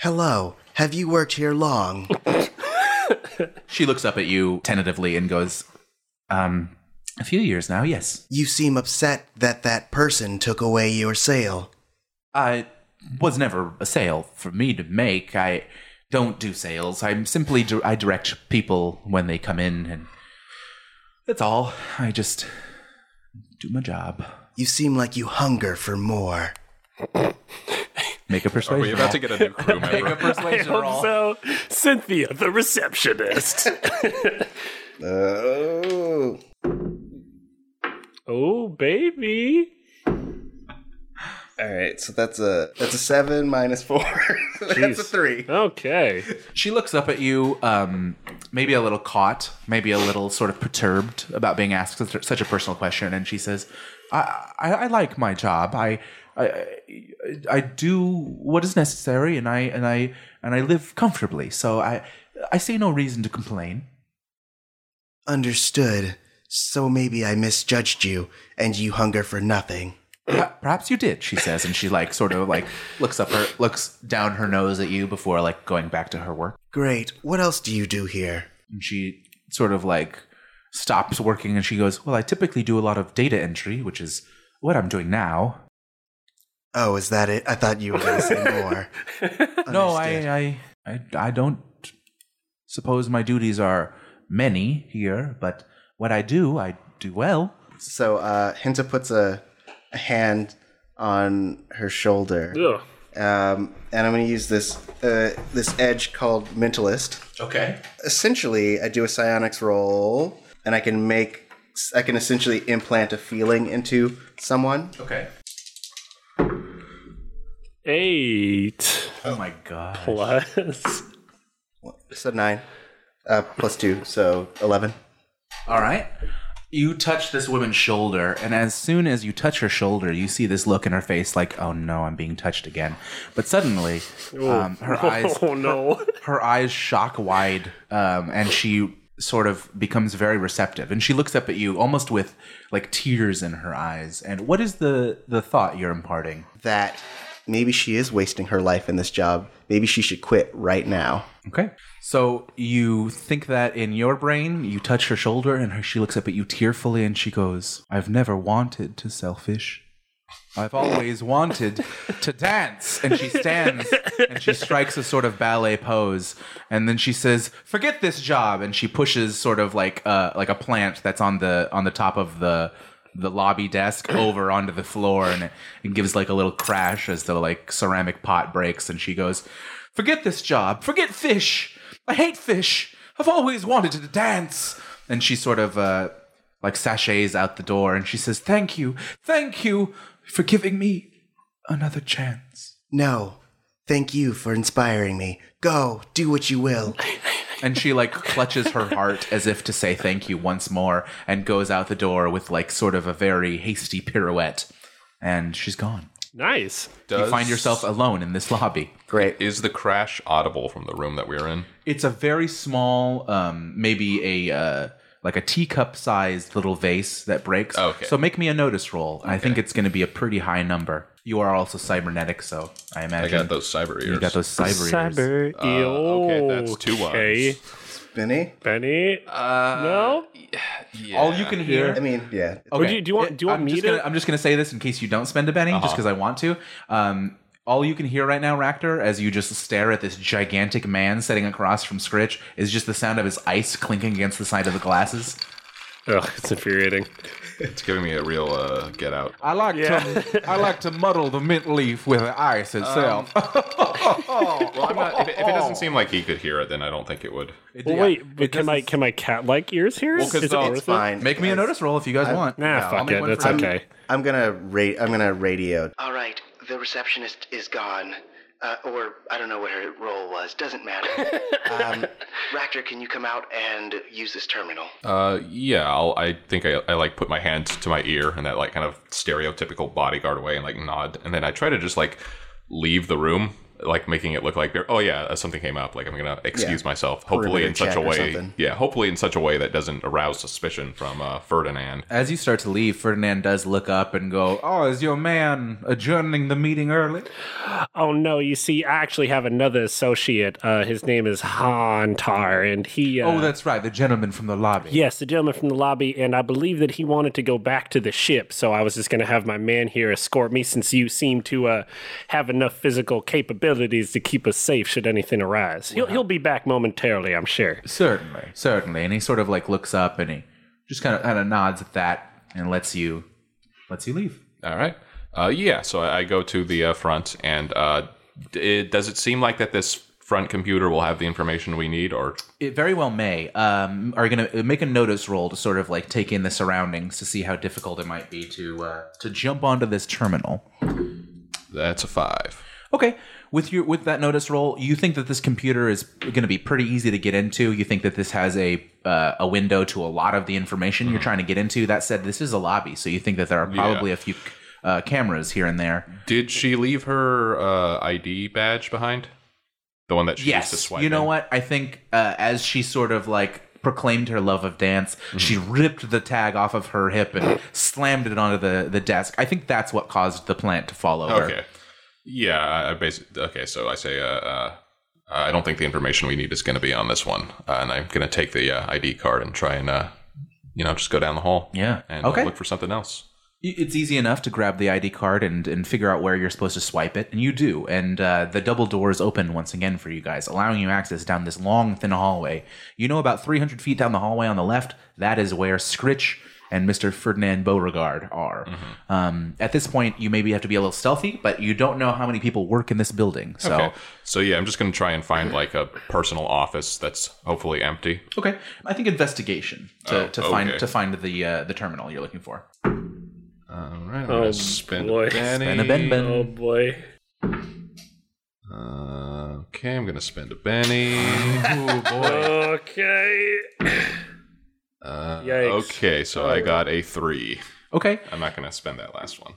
Hello. Have you worked here long? She looks up at you tentatively and goes, "Um, a few years now, yes. You seem upset that that person took away your sale. I was never a sale for me to make. I don't do sales. I'm simply di- I direct people when they come in, and that's all. I just do my job. You seem like you hunger for more. Make a persuasion. Are we about to get a [laughs] new crew member? [laughs] I hope so. Cynthia, the [laughs] receptionist. Oh. Oh, baby. All right, so that's a that's a seven minus four. [laughs] that's a three. Okay. She looks up at you, um, maybe a little caught, maybe a little sort of perturbed about being asked such such a personal question, and she says, "I, I, I like my job. I, I, I do what is necessary, and I and I and I live comfortably. So I, I see no reason to complain." Understood. So maybe I misjudged you, and you hunger for nothing. Perhaps you did, she says, and she like sort of like looks up her looks down her nose at you before like going back to her work. Great. What else do you do here? And she sort of like stops working and she goes, Well, I typically do a lot of data entry, which is what I'm doing now. [laughs] Oh, is that it? I thought you were going to [laughs] say more. No, I, uh, I I I don't suppose my duties are many here, but what I do, I do well. So uh, Hinta puts a, a hand on her shoulder, Ugh. um, and I'm going to use this uh, this edge called Mentalist. Okay. essentially i do a psionics roll and i can make i can essentially implant a feeling into someone Okay. Eight. Oh my god. Plus. [laughs] so nine uh, plus two so 11 All right. You touch this woman's shoulder, and as soon as you touch her shoulder, you see this look in her face like, oh no, I'm being touched again. But suddenly, um, [laughs] her eyes Oh, no. her eyes shock wide, um, and she sort of becomes very receptive. And she looks up at you almost with like tears in her eyes. And what is the the thought you're imparting? that maybe she is wasting her life in this job maybe she should quit right now Okay. So you think that in your brain, you touch her shoulder, and her, she looks up at you tearfully, and she goes, "I've never wanted to sell fish. I've always wanted to dance." And she stands and she strikes a sort of ballet pose, and then she says, "Forget this job," and she pushes sort of like uh, like a plant that's on the on the top of the the lobby desk over onto the floor and it, it gives like a little crash as the like ceramic pot breaks and she goes forget this job forget fish i hate fish i've always wanted to dance and she sort of uh like sachets out the door, and she says, "Thank you, thank you for giving me another chance." No, thank you for inspiring me. Go, do what you will. and [laughs] she like clutches her heart as if to say thank you once more, and goes out the door with like sort of a very hasty pirouette, and she's gone. Nice. you find yourself alone in this lobby. Great. Is the crash audible from the room that we're in? It's a very small, um, maybe a uh, like a teacup sized little vase that breaks. Oh, Okay. So make me a notice roll. I think it's going to be a pretty high number. You are also cybernetic, so I imagine got those cyber You ears. got those cyber, ears. Uh, okay, that's two ones. Okay. Benny? Benny? Uh, no? All you can hear. I mean, yeah. Or do you- do you want- do you want I'm me just to- Gonna, I'm just going to say this in case you don't spend a penny, just Uh-huh. because I want to. Um, all you can hear right now, Ractor, as you just stare at this gigantic man sitting across from Scritch, is just the sound of his ice clinking against the side of the glasses. Ugh, it's [laughs] infuriating. It's giving me a real uh, get out. I like to I like to muddle the mint leaf with the ice Um, [laughs] itself. well, I'm not, if, it, if it doesn't seem like he could hear it, then I don't think it would. Well, wait, but can my can my cat like ears hear? Well, it? 'cause Is it the- worth it's it? Fine. Make me a notice roll if you guys want. Nah, fuck it. That's I'm- okay. I'm gonna rate. I'm gonna radio. All right, the receptionist is gone. Uh, or I don't know what her role was. Doesn't [laughs] matter. um, Ractor, can you come out and use this terminal? Uh, yeah, I'll, I think I, I like put my hand to my ear in that like kind of stereotypical bodyguard way and like nod, and then I try to just like leave the room, like making it look like there. Oh yeah, uh, something came up. Like I'm gonna excuse Yeah. myself, hopefully Perimeter in such check a or way. something. Yeah, hopefully in such a way that doesn't arouse suspicion from uh, Ferdinand. As you start to leave, Ferdinand does look up and go, Oh, is your man adjourning the meeting early? Oh no! You see, I actually have another associate. Uh, his name is Hantar, and he. Uh, Oh, that's right, the gentleman from the lobby. yes, the gentleman from the lobby, and I believe that he wanted to go back to the ship. So I was just going to have my man here escort me, since you seem to uh, have enough physical capabilities to keep us safe should anything arise. He'll he'll be back momentarily, I'm sure. Certainly, certainly. And he sort of like looks up and he just kind of kind of nods at that and lets you lets you leave. All right. Uh, yeah, so I I go to the uh, front, and uh, d- it, does it seem like that this front computer will have the information we need, or It very well may. Um, are you going to make a notice roll to sort of like take in the surroundings to see how difficult it might be to uh, to jump onto this terminal? that's a five? Okay. With your with that notice roll, you think that this computer is going to be pretty easy to get into. You think that this has a uh, a window to a lot of the information Mm-hmm. you're trying to get into. That said, this is a lobby, so you think that there are probably a few uh, cameras here and there. Did she leave her uh, ID badge behind? The one that she used to yes, swipe. you know in? what? I think uh, as she sort of like proclaimed her love of dance, Mm-hmm. she ripped the tag off of her hip and slammed it onto the the desk. I think that's what caused the plant to fall over. Okay. Yeah, I- I basically. Okay, so I say, uh, uh, I don't think the information we need is going to be on this one, uh, and I'm going to take the uh, ID card and try and, uh, you know, just go down the hall. Yeah. And uh, Okay. look for something else. Y- It's easy enough to grab the ID card and, and figure out where you're supposed to swipe it, and you do. And uh, the double doors open once again for you guys, allowing you access down this long, thin hallway. You know, about 300 feet down the hallway on the left, that is where Scritch and Mr. Ferdinand Beauregard are. Mm-hmm. Um, at this point, you maybe have to be a little stealthy, but you don't know how many people work in this building. So, Okay. So yeah, I'm just going to try and find like a personal office that's hopefully empty. okay, I think investigation to, Oh, to find okay. to find the uh, the terminal you're looking for. All right. I'm Oh, gonna spin boy. a penny. Spin a ben ben. Oh boy! Uh, okay, I'm gonna spend a penny. Oh boy. Okay. Uh, Yikes. Okay, so I got a three. Okay. I'm not gonna spend that last one.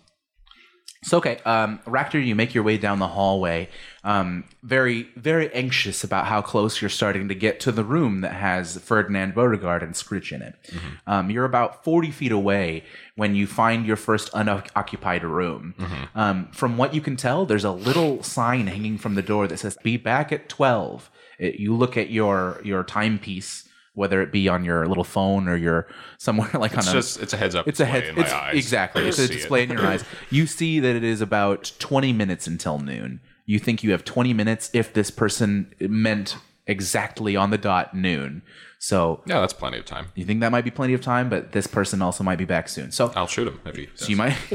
So okay, um, Ractor, you make your way down the hallway, um, very very anxious about how close you're starting to get to the room that has Ferdinand Beauregard and Scritch in it. Mm-hmm. Um, you're about forty feet away when you find your first unoccupied room. Mm-hmm. Um, from what you can tell, there's a little sign hanging from the door that says "Be back at 12. It, you look at your your timepiece, whether it be on your little phone or your somewhere [laughs] like on It's a just it's a heads up. Um, it's a display head. in my it's- eyes. Exactly. I It's just a see it. display [laughs] in your eyes. You see that it is about 20 minutes until noon. You think you have 20 minutes if this person meant exactly on the dot noon. So Yeah, that's plenty of time. you think that might be plenty of time, but this person also might be back soon. So, I'll shoot him if he. so you might. [laughs]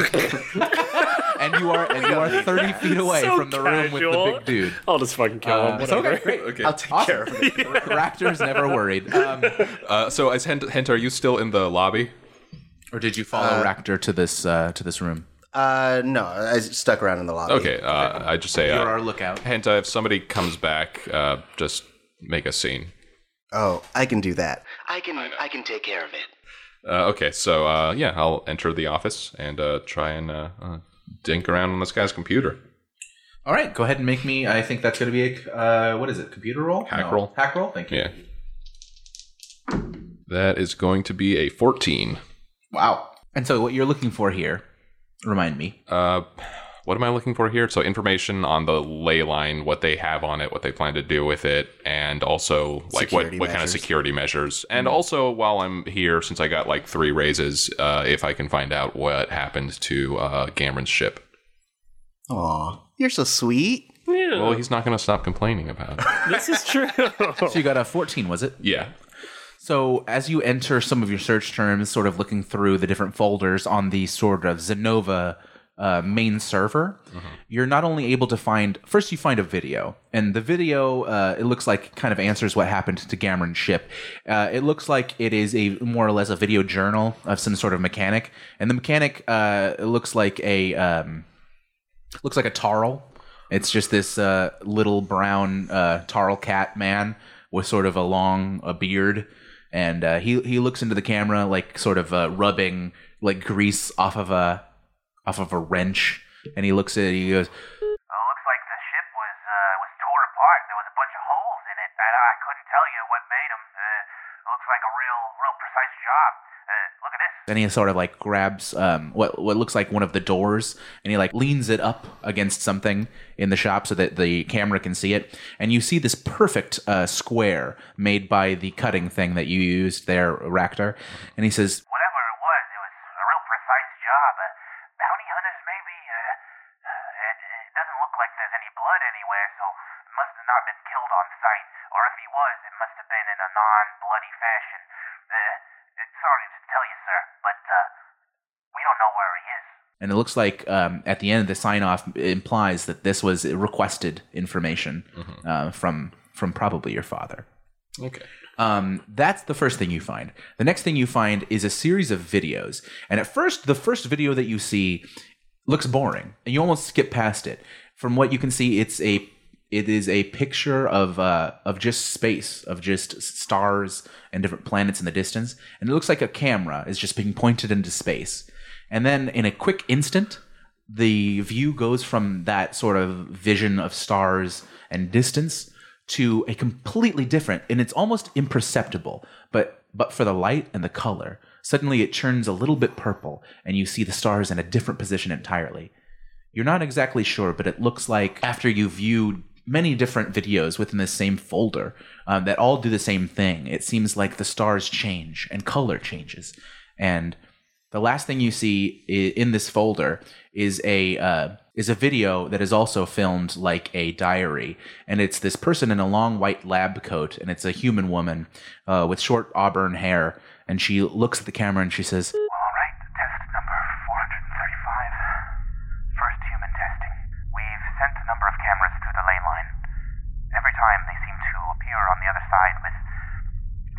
and you are and you are 30 feet away So from the room with the casual. big dude. I'll just fucking kill him. It's Whatever. okay, great. Okay. I'll take care [laughs] of it. Raptor's never worried. Um, Uh, so, is Hent, Hent, are you still in the lobby? Or did you follow Ractor to this uh, to this room? Uh, no, I stuck around in the lobby. Okay, uh, I just say You're uh, our lookout. Henta, if somebody comes back, uh, just make a scene. Oh, I can do that. I can I, can take care of it. Uh, okay, so uh, yeah, I'll enter the office and uh, try and uh, uh, dink around on this guy's computer. All right, go ahead and make me. I think that's going to be a uh, what is it? Computer roll? Hack roll. Hack roll. Thank you. Yeah. That is going to be a 14. Wow. And so what you're looking for here? Remind me. Uh, what am I looking for here? So information on the ley line, what they have on it, what they plan to do with it, and also like what, Security what kind of measures. Mm-hmm. security measures. And also, while I'm here, since I got like three raises, uh, if I can find out what happened to uh, Cameron's ship. Aw, you're so sweet. Yeah. Well, he's not going to stop complaining about it. [laughs] this is true. [laughs] so [laughs] you got a 14, was it? Yeah. So as you enter some of your search terms, sort of looking through the different folders on the sort of Zenova uh, main server, you're not only able to find first you find a video, and the video uh, it looks like kind of answers what happened to Gamron's ship. Uh, it looks like it is a more or less a video journal of some sort of mechanic, and the mechanic uh, it looks like a um, looks like a tarl. It's just this uh, little brown uh, tarl cat man with sort of a long a beard, and uh, he he looks into the camera like sort of uh, rubbing like grease off of a off of a wrench, and he looks at it. He goes, Well, looks like the ship was uh, was torn apart. There was a bunch of holes in it. I, I couldn't tell you what made them. Uh, it looks like a real, real precise job. Uh, look at this. and he sort of like grabs um, what what looks like one of the doors, and he like leans it up against something in the shop so that the camera can see it. And you see this perfect uh, square made by the cutting thing that you used there, Ractor. And he says, Whatever it was, it was a real precise job. Uh, bounty hunters, maybe. Uh, uh, it, it doesn't look like there's any blood anywhere, so it must have not been killed on sight. Or if he was, it must have been in a non-bloody fashion. Uh, uh, sorry to tell you, sir, but uh, we don't know where he is. and it looks like um, at the end of the sign off implies that this was requested information uh, from from probably your father. Okay. Um, that's the first thing you find. The next thing you find is a series of videos, and at first, the first video that you see looks boring, and you almost skip past it. From what you can see, it's a it is a picture of uh, of just space, of just stars and different planets in the distance, and it looks like a camera is just being pointed into space. And then in a quick instant, the view goes from that sort of vision of stars and distance to a completely different and it's almost imperceptible, but but for the light and the color. Suddenly it turns a little bit purple and you see the stars in a different position entirely. You're not exactly sure, but it looks like after you viewed many different videos within the same folder um, that all do the same thing, it seems like the stars change and color changes. And the last thing you see i- in this folder is a uh, is a video that is also filmed like a diary, and it's this person in a long white lab coat, and it's a human woman uh, with short auburn hair, and she looks at the camera and she says, Well, all right. Test number 435. First human testing. We've sent a number of cameras through the ley line. Every time they seem to appear on the other side with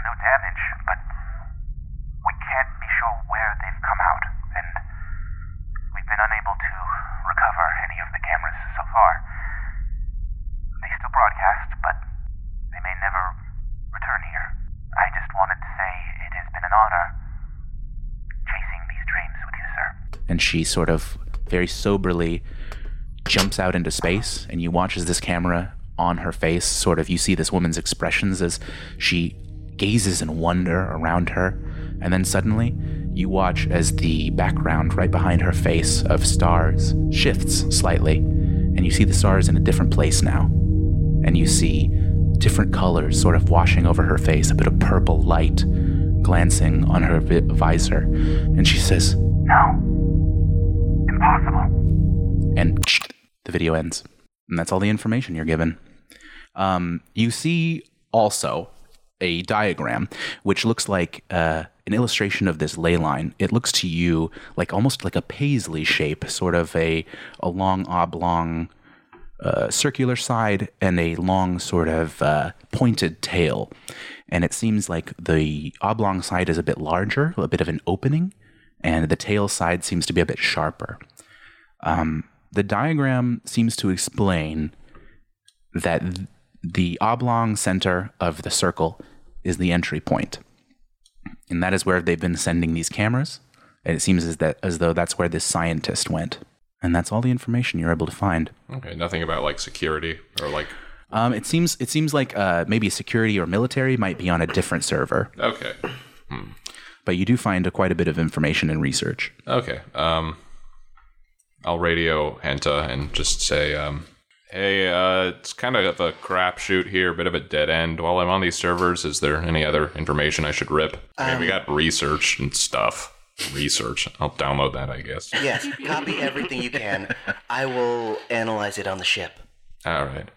no damage, but we can't be sure where they've come out, and we've been unable to recover any of the cameras so far. They still broadcast, but they may never return here. I just wanted to say it has been an honor chasing these dreams with you, sir. and she sort of very soberly jumps out into space and you watch as this camera on her face sort of you see this woman's expressions as she gazes in wonder around her and then suddenly you watch as the background right behind her face of stars shifts slightly and you see the stars in a different place now and you see different colors sort of washing over her face a bit of purple light glancing on her vi- visor and she says and [laughs] the video ends. And that's all the information you're given. Um, you see also a diagram which looks like uh, an illustration of this ley line. It looks to you like almost like a paisley shape, sort of a, a long oblong uh, circular side and a long sort of uh, pointed tail. And it seems like the oblong side is a bit larger, a bit of an opening, and the tail side seems to be a bit sharper. Um, the diagram seems to explain that th- the oblong center of the circle is the entry point, and that is where they've been sending these cameras. And it seems as that as though that's where this scientist went, and that's all the information you're able to find. Okay, nothing about like security or like. Um, it seems it seems like uh, maybe security or military might be on a different server, Okay. Hmm. but you do find a, quite a bit of information and research. Okay. Um, I'll radio Henta and just say, um, "Hey, uh, it's kind of a crapshoot here, bit of a dead end. While I'm on these servers, is there any other information I should rip? I mean, we got research and stuff. Research. I'll download that, I guess. Yes, copy everything you can. I will analyze it on the ship. All right.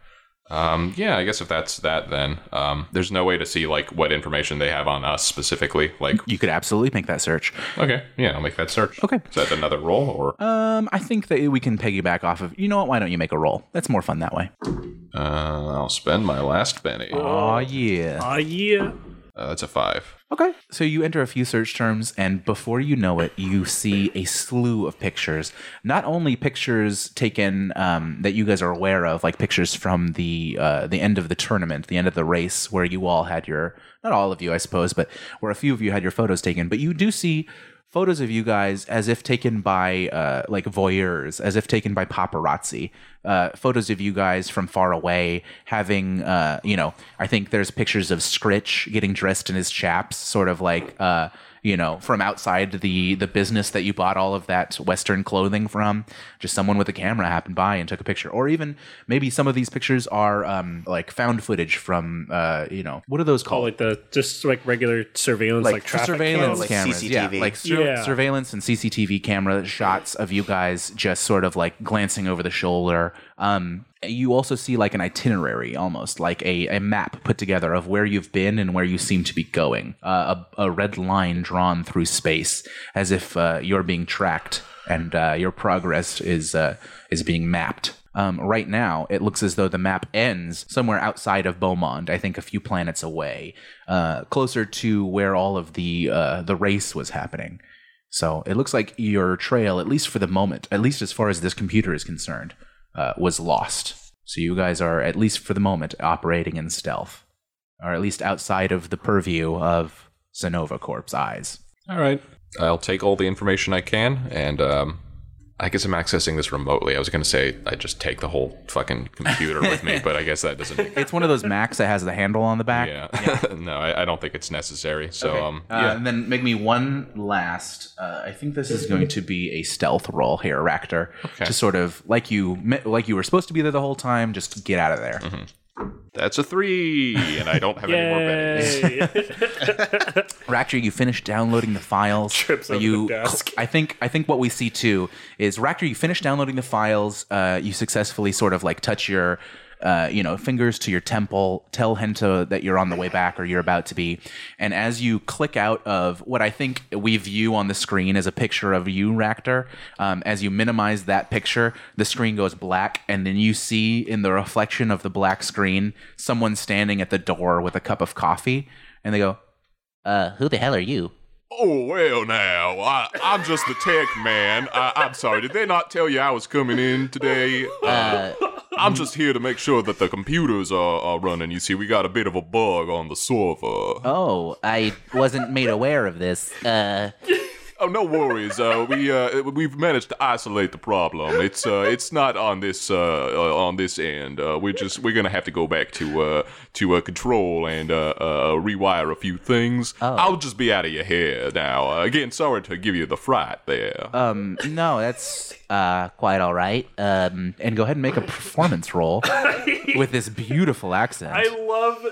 Um, yeah, I guess if that's that, then um, there's no way to see like what information they have on us specifically. Like, You could absolutely make that search. okay, yeah, I'll make that search. Okay, is that another roll or? Um, I think that we can piggyback off of. You know what? Why don't you make a roll? That's more fun that way. Uh, I'll spend my last penny. Aw, yeah. Aw, yeah. Uh, that's a five. Okay. So you enter a few search terms, and before you know it, you see a slew of pictures. Not only pictures taken um, that you guys are aware of, like pictures from the uh, the end of the tournament, the end of the race, where you all had your not all of you, I suppose, but where a few of you had your photos taken. But you do see photos of you guys as if taken by uh, like voyeurs, as if taken by paparazzi. Uh, photos of you guys from far away, having uh, you know, I think there's pictures of Scritch getting dressed in his chaps, sort of like uh, you know, from outside the the business that you bought all of that Western clothing from. Just someone with a camera happened by and took a picture, or even maybe some of these pictures are um, like found footage from uh, you know, what are those Oh, called? like the just like regular surveillance, like, traffic surveillance cams. cameras, yeah, like sur- Yeah. surveillance and CCTV camera shots of you guys just sort of like glancing over the shoulder. Um, you also see like an itinerary, almost like a, a map put together of where you've been and where you seem to be going. Uh, a, a red line drawn through space, as if uh, you're being tracked and uh, your progress is uh, is being mapped. Um, right now, it looks as though the map ends somewhere outside of Beaumont. I think a few planets away, uh, closer to where all of the uh, the race was happening. So it looks like your trail, at least for the moment, at least as far as this computer is concerned, uh, was lost. So you guys are, at least for the moment, operating in stealth, or at least outside of the purview of Zenova Corp's eyes. All right. I'll take all the information I can, and um, I guess I'm accessing this remotely. I was going to say I just take the whole fucking computer with me, but I guess that doesn't. Make- [laughs] It's one of those Macs that has the handle on the back. yeah. [laughs] no, I, I don't think it's necessary. So, um, Uh, yeah. And then make me one last. Uh, I think this is going to be a stealth roll here, Ractor, to sort of like you me- like you were supposed to be there the whole time. Just get out of Mm-hmm. there. That's a three, and I don't have any more pennies. Ractor, you finish downloading [laughs] the files. Trips over you, the desk. I think. I think what we see too is Ractor. You finish downloading the files. Uh, you successfully sort of like touch your, uh, you know, fingers to your temple. Tell Hento that you're on the way back or you're about to be. And as you click out of what I think we view on the screen as a picture of you, Ractor, um, as you minimize that picture, the screen goes black, and then you see in the reflection of the black screen someone standing at the door with a cup of coffee, and they go uh, who the hell are you? Oh, well, now, I, I'm just the tech man. I, I'm sorry, did they not tell you I was coming in today? Uh, I'm just here to make sure that the computers are, are running. You see, we got a bit of a bug on the server. Oh, I wasn't made aware of this. Uh, Oh, no worries. Uh, we uh, we've managed to isolate the problem. It's uh, it's not on this uh, uh, on this end. Uh, we're just we're gonna have to go back to uh, to uh, control and uh, uh, rewire a few things. I'll just be out of your hair now. Uh, again, sorry to give you the fright there. um, no, that's uh, quite all right. Um, and go ahead and make a [laughs] performance roll with this beautiful accent. I love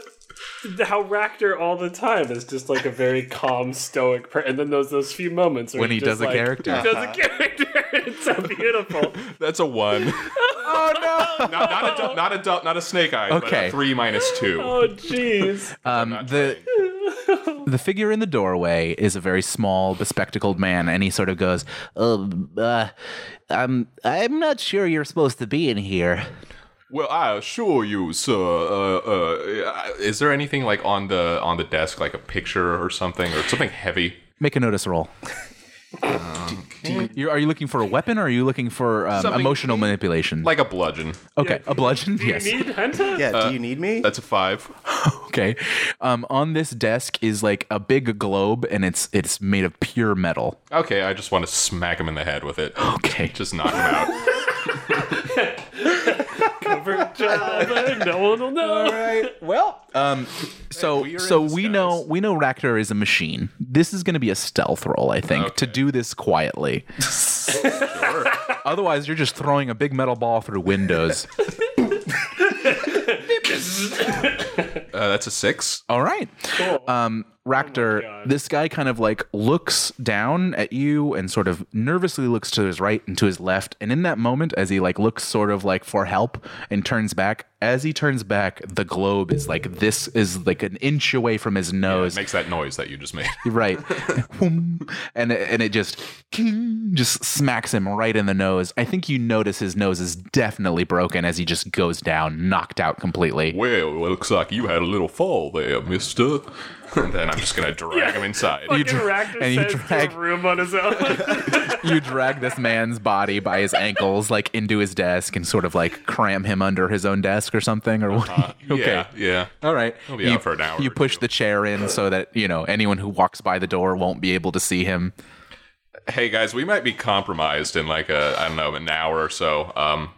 how Ractor all the time is just like a very calm, stoic person. And then those those few moments are When he just does a like- character. he does a character. [laughs] it's so beautiful. That's a one. [laughs] oh no! Not, not a du- not a du- not a snake eye. But Okay. a three minus two. [laughs] Oh jeez. Um, the the figure in the doorway is a very small, bespectacled man, and he sort of goes, um, uh, "I'm I'm not sure you're supposed to be in here." Well, I assure you, sir. Uh, uh, Is there anything like on the on the desk, like a picture or something, or something heavy? [laughs] Make a notice roll. You- are you looking for a weapon or are you looking for um, Something- emotional manipulation? Like a bludgeon. Okay, a bludgeon? [laughs] yes. Hunter? Yeah, Uh, do you need me? That's a five. [laughs] okay. Um, on this desk is like a big globe and it's it's made of pure metal. Okay, I just want to smack him in the head [gasps] with it. [laughs] Okay. Just knock him [laughs] out. Cover job. and no one will know. All right. Well, Um, so so we know we know Ractor is a machine. This is going to be a stealth roll, I think, to do this quietly. Otherwise, you're just throwing a big metal ball through windows. Uh, that's a six. All right. Um, Ractor, this guy kind of like looks down at you and sort of nervously looks to his right and to his left. And in that moment, as he like looks sort of like for help and turns back, as he turns back, the globe is like this is like an inch away from his nose. Makes that noise that you just made. [laughs] right. Whoom. and, it- and it just king, just smacks him right in the nose. I think you notice his nose is definitely broken as he just goes down, knocked out completely. [laughs] Well, it looks like you had a little fall there, mister. [laughs] and then I'm just going to drag him [laughs] inside. Fucking Ractor and you sends drag- to a room on his own. [laughs] you drag this man's body by his ankles like into his desk and sort of like cram him under his own desk or something or what [laughs] okay Uh-huh. Yeah, yeah. all right He'll be you, out for an hour. you push the chair in so that you know anyone who walks by the door won't be able to see him hey guys, we might be compromised in like a I don't know an hour or so. Um,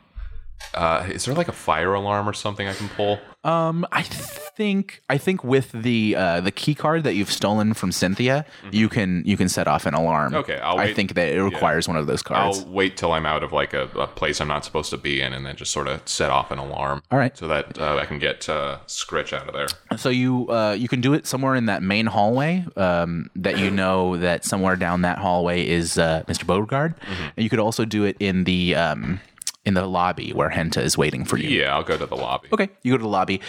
uh, is there like a fire alarm or something I can pull? um i think i think with the uh the key card that you've stolen from cynthia you can you can set off an alarm Mm-hmm. Okay, I'll i wait- think that it requires one of those cards I'll wait till I'm out of like a, a place I'm not supposed to be in, and then just sort of set off an alarm. All right. so that uh, I can get uh, Scritch out of there. So you uh, you can do it somewhere in that main hallway um, that you know that somewhere down that hallway is uh, Mr. Beauregard, Mm-hmm. and you could also do it in the um, in the lobby where Henta is waiting for you. Yeah, I'll go to the lobby. Okay, you go to the lobby.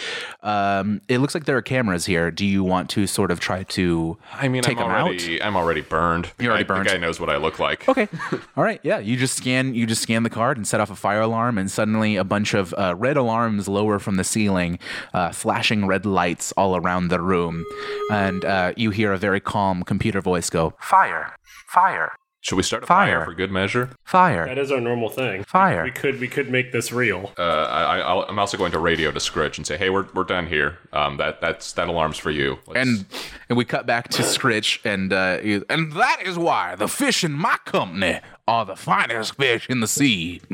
Um, it looks like there are cameras here. Do you want to sort of try to? I mean, take I'm them already I'm already burned. You're already burned. The guy knows what I look like. Okay. out. [laughs] All right. Yeah. You just scan. You just scan the card and set off a fire alarm, and suddenly a bunch of uh, red alarms lower from the ceiling, uh, flashing red lights all around the room, and uh, you hear a very calm computer voice go, "Fire! Fire! Should we start a Fire. fire, for good measure? Fire!" That is our normal thing. Fire. We could we could make this real. Uh, I, I, I'll- I'm also going to radio to Scritch and say, "Hey, we're, we're done here. Um, that that's that alarm's for you." And and we cut back to Scritch, and uh, he- and that is why the fish in my company are the finest fish in the sea. [laughs] [laughs]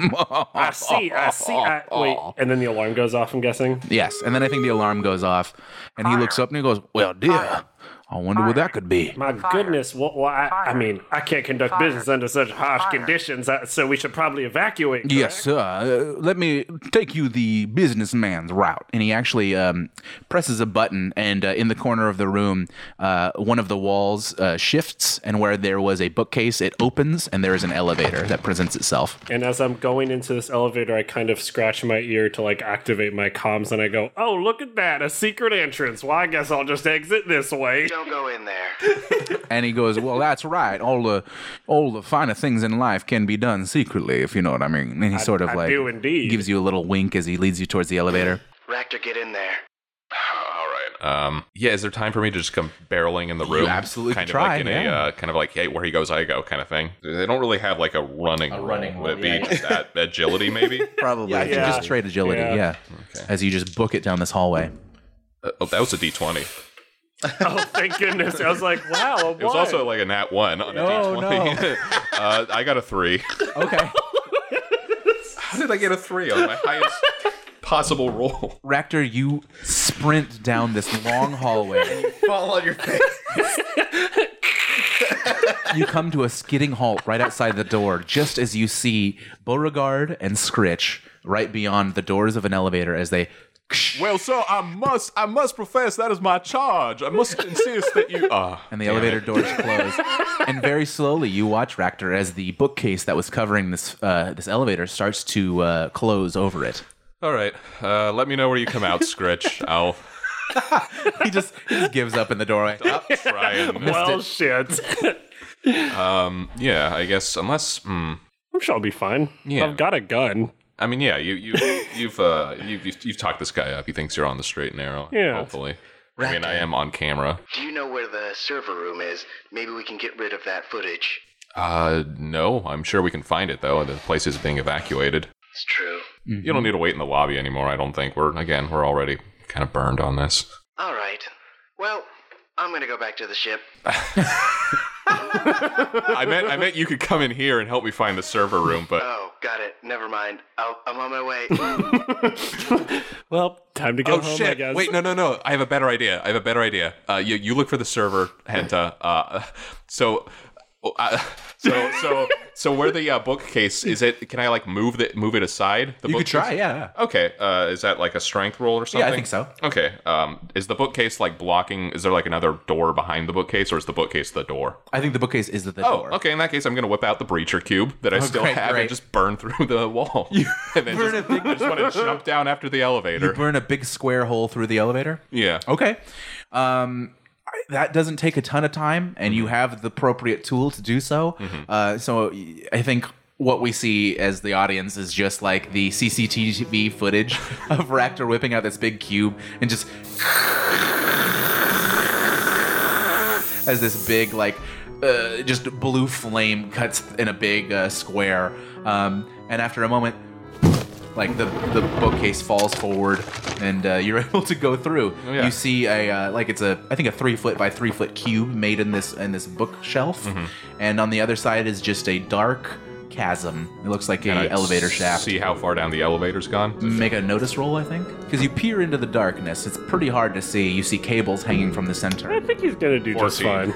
I see, I see. I, wait, and then the alarm goes off. I'm guessing. Yes, and then I think the alarm goes off, and he looks up and he goes, "Well, dear, I wonder what that could be." My goodness, what? Well, I, I mean, I can't conduct business under such harsh conditions. uh, So we should probably evacuate. Yes, sir. Uh, let me take you the businessman's route. And he actually um, presses a button, and uh, in the corner of the room, uh, one of the walls uh, shifts, and where there was a bookcase, it opens, and there is an elevator that presents itself. And as I'm going into this elevator, I kind of scratch my ear to like activate my comms, and I go, "Oh, look at that! A secret entrance. Well, I guess I'll just exit this way." Don't go in there. And he goes, "Well, that's right. All the all the finer things in life can be done secretly, if you know what I mean." And he I- sort of I like do indeed. gives you a little wink as he leads you towards the elevator. Ractor, get in there. Um, yeah, is there time for me to just come barreling in the room? absolutely kind could of try, like in yeah. a uh, kind of like hey, where he goes, I go, kind of thing. They don't really have like a running a running rule. Would it be just [laughs] at agility maybe? Probably, I think Yeah. just trade agility. Yeah, Yeah. as you just book it down this hallway. Uh, oh, that was a D twenty. oh, thank goodness! I was like, "Wow, a It was one. also like a nat one on Oh, a D twenty. [laughs] uh, I got [laughs] a three. Okay. How did I get a three on my highest [laughs] possible roll? Ractor, you sprint down this long hallway. Fall on your face. you come to a skidding halt right outside the door, just as you see Beauregard and Scritch right beyond the doors of an elevator as they. Well, sir, I must, I must profess that is my charge. I must insist that [laughs] you. Ah. Uh, And the elevator doors close. and very slowly, you watch Ractor as the bookcase that was covering this uh, this elevator starts to uh, close over it. All right, uh, let me know where you come out, Scritch. [laughs] I'll he just he just gives up in the doorway. Stop trying. well, shit. [laughs] Um, yeah, I guess unless hmm. I'm sure I'll be fine. Yeah. I've got a gun. I mean, yeah, you you you've uh you've, you've you've talked this guy up. He thinks you're on the straight and narrow. Yeah. hopefully. I mean, I am on camera. Do you know where the server room is? Maybe we can get rid of that footage. Uh, no. I'm sure we can find it though. The place is being evacuated. It's true. You don't need to wait in the lobby anymore. I don't think we're again. We're already kind of burned on this. All right. Well, I'm gonna go back to the ship. I meant I meant you could come in here and help me find the server room, but Oh, got it. Never mind. I'll, I'm on my way. Well, time to go oh home, shit! I guess. Wait, no, no, no! I have a better idea. I have a better idea. Uh, you you look for the server, [laughs] Henta. Uh, so. Uh, so so so where the uh, bookcase is it? Can I like move the move it aside? The You could bookcase? try, yeah, Okay. Uh, is that like a strength roll or something? Yeah, I think so. Okay. Um, is the bookcase like blocking? Is there like another door behind the bookcase, or is the bookcase the door? I think the bookcase is the oh, door. okay. In that case, I'm gonna whip out the breacher cube that I Oh, still great, have great. and just burn through the wall. [laughs] and then just, I just [laughs] want to jump down after the elevator. You burn a big square hole through the elevator. Yeah. Okay. Um, I- that doesn't take a ton of time, and you have the appropriate tool to do so. Uh, so y- I think what we see as the audience is just like the CCTV footage [laughs] of Ractor whipping out this big cube and just as this big like uh, just blue flame cuts in a big uh, square um, and after a moment like the, the bookcase falls forward and uh, you're [laughs] able to go through Oh, yeah. you see a uh, like it's a i think a three foot by three foot cube made in this in this bookshelf Mm-hmm. and on the other side is just a dark chasm it looks like Can I a elevator shaft See how far down the elevator's gone. make a notice roll i think because you peer into the darkness it's pretty hard to see you see cables hanging from the center I think he's gonna do just fine.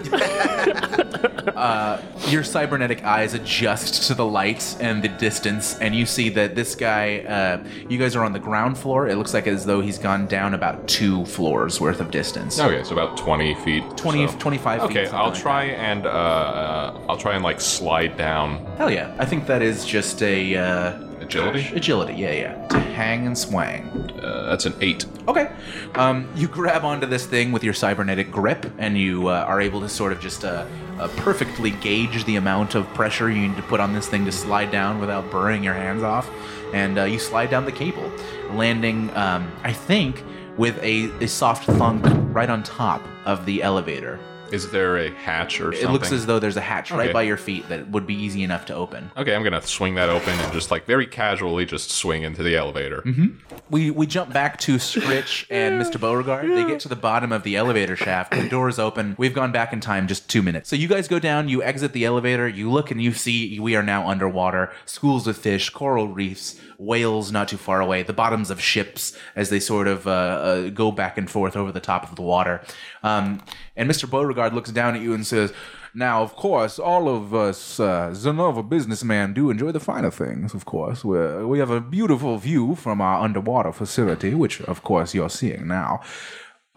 uh, your cybernetic eyes adjust to the lights and the distance, and you see that this guy, uh, you guys are on the ground floor. It looks like as though he's gone down about two floors worth of distance. Okay, so Oh, about 20 feet. or 20 so. 25 feet, Okay, something I'll like try and uh, uh, I'll try and like slide down. Hell yeah. I think that is just a. Uh, Agility? Agility, yeah, yeah. To hang and swang. Uh, that's an eight. Okay. Um, you grab onto this thing with your cybernetic grip, and you uh, are able to sort of just uh, uh, perfectly gauge the amount of pressure you need to put on this thing to slide down without burning your hands off. And uh, you slide down the cable, landing, um, I think, with a, a soft thunk right on top of the elevator. Is there a hatch or It something? looks as though there's a hatch Okay. right by your feet that would be easy enough to open. Okay, I'm gonna swing that open and just like very casually just swing into the elevator. Mm-hmm. We we jump back to Scritch and Mr. Beauregard. They get to the bottom of the elevator shaft. The door is open. We've gone back in time just two minutes. So you guys go down. You exit the elevator. You look and you see we are now underwater. Schools of fish, coral reefs, whales not too far away. The bottoms of ships as they sort of uh, uh, go back and forth over the top of the water. Um, And Mr. Beauregard looks down at you and says, Now, of course, all of us uh, Zenova businessmen do enjoy the finer things, of course. We're, we have a beautiful view from our underwater facility, which, of course, you're seeing now.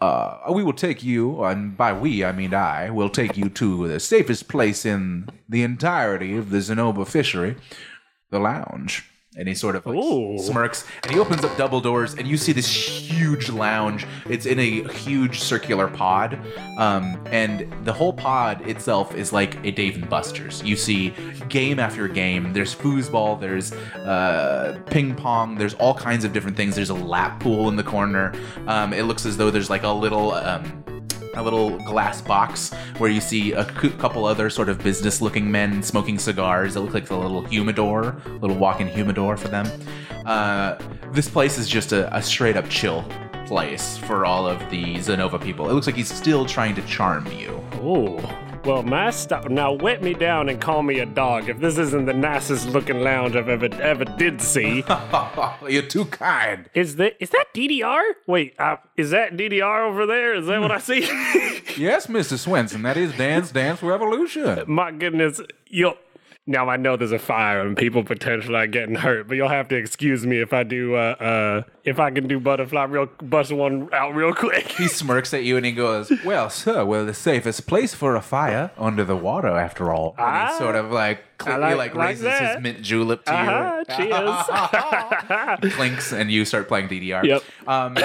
Uh, we will take you, and by we, I mean I, will take you to the safest place in the entirety of the Zenova fishery, the lounge. and he sort of like smirks and he opens up double doors and you see this huge lounge it's in a huge circular pod um, and the whole pod itself is like a dave and buster's you see game after game there's foosball there's uh, ping pong there's all kinds of different things there's a lap pool in the corner um, it looks as though there's like a little um, a little glass box where you see a cou- couple other sort of business looking men smoking cigars that look like a little humidor, little walk in humidor for them. Uh, this place is just a, a straight up chill place for all of the Zenova people. It looks like he's still trying to charm [laughs] you. Oh. Well, my stop. Now wet me down and call me a dog if this isn't the nicest looking lounge I've ever ever did see. You're too kind. Is that is that DDR? Wait, uh, is that DDR over there? Is that what I see? yes, Mr. Swenson, that is Dance Dance Revolution. my goodness, you'll. Now I know there's a fire and people potentially are getting hurt, but you'll have to excuse me if I do. Uh, uh, if I can do butterfly real bust one out real quick. [laughs] He smirks at you and he goes, Well, sir, we're the safest place for a fire under the water, after all. and he sort of like, cl- he like- Ah, like Uh-huh. like raises that. his mint julep to you. Ah, cheers. He clinks and you start playing DDR. Yep. Um,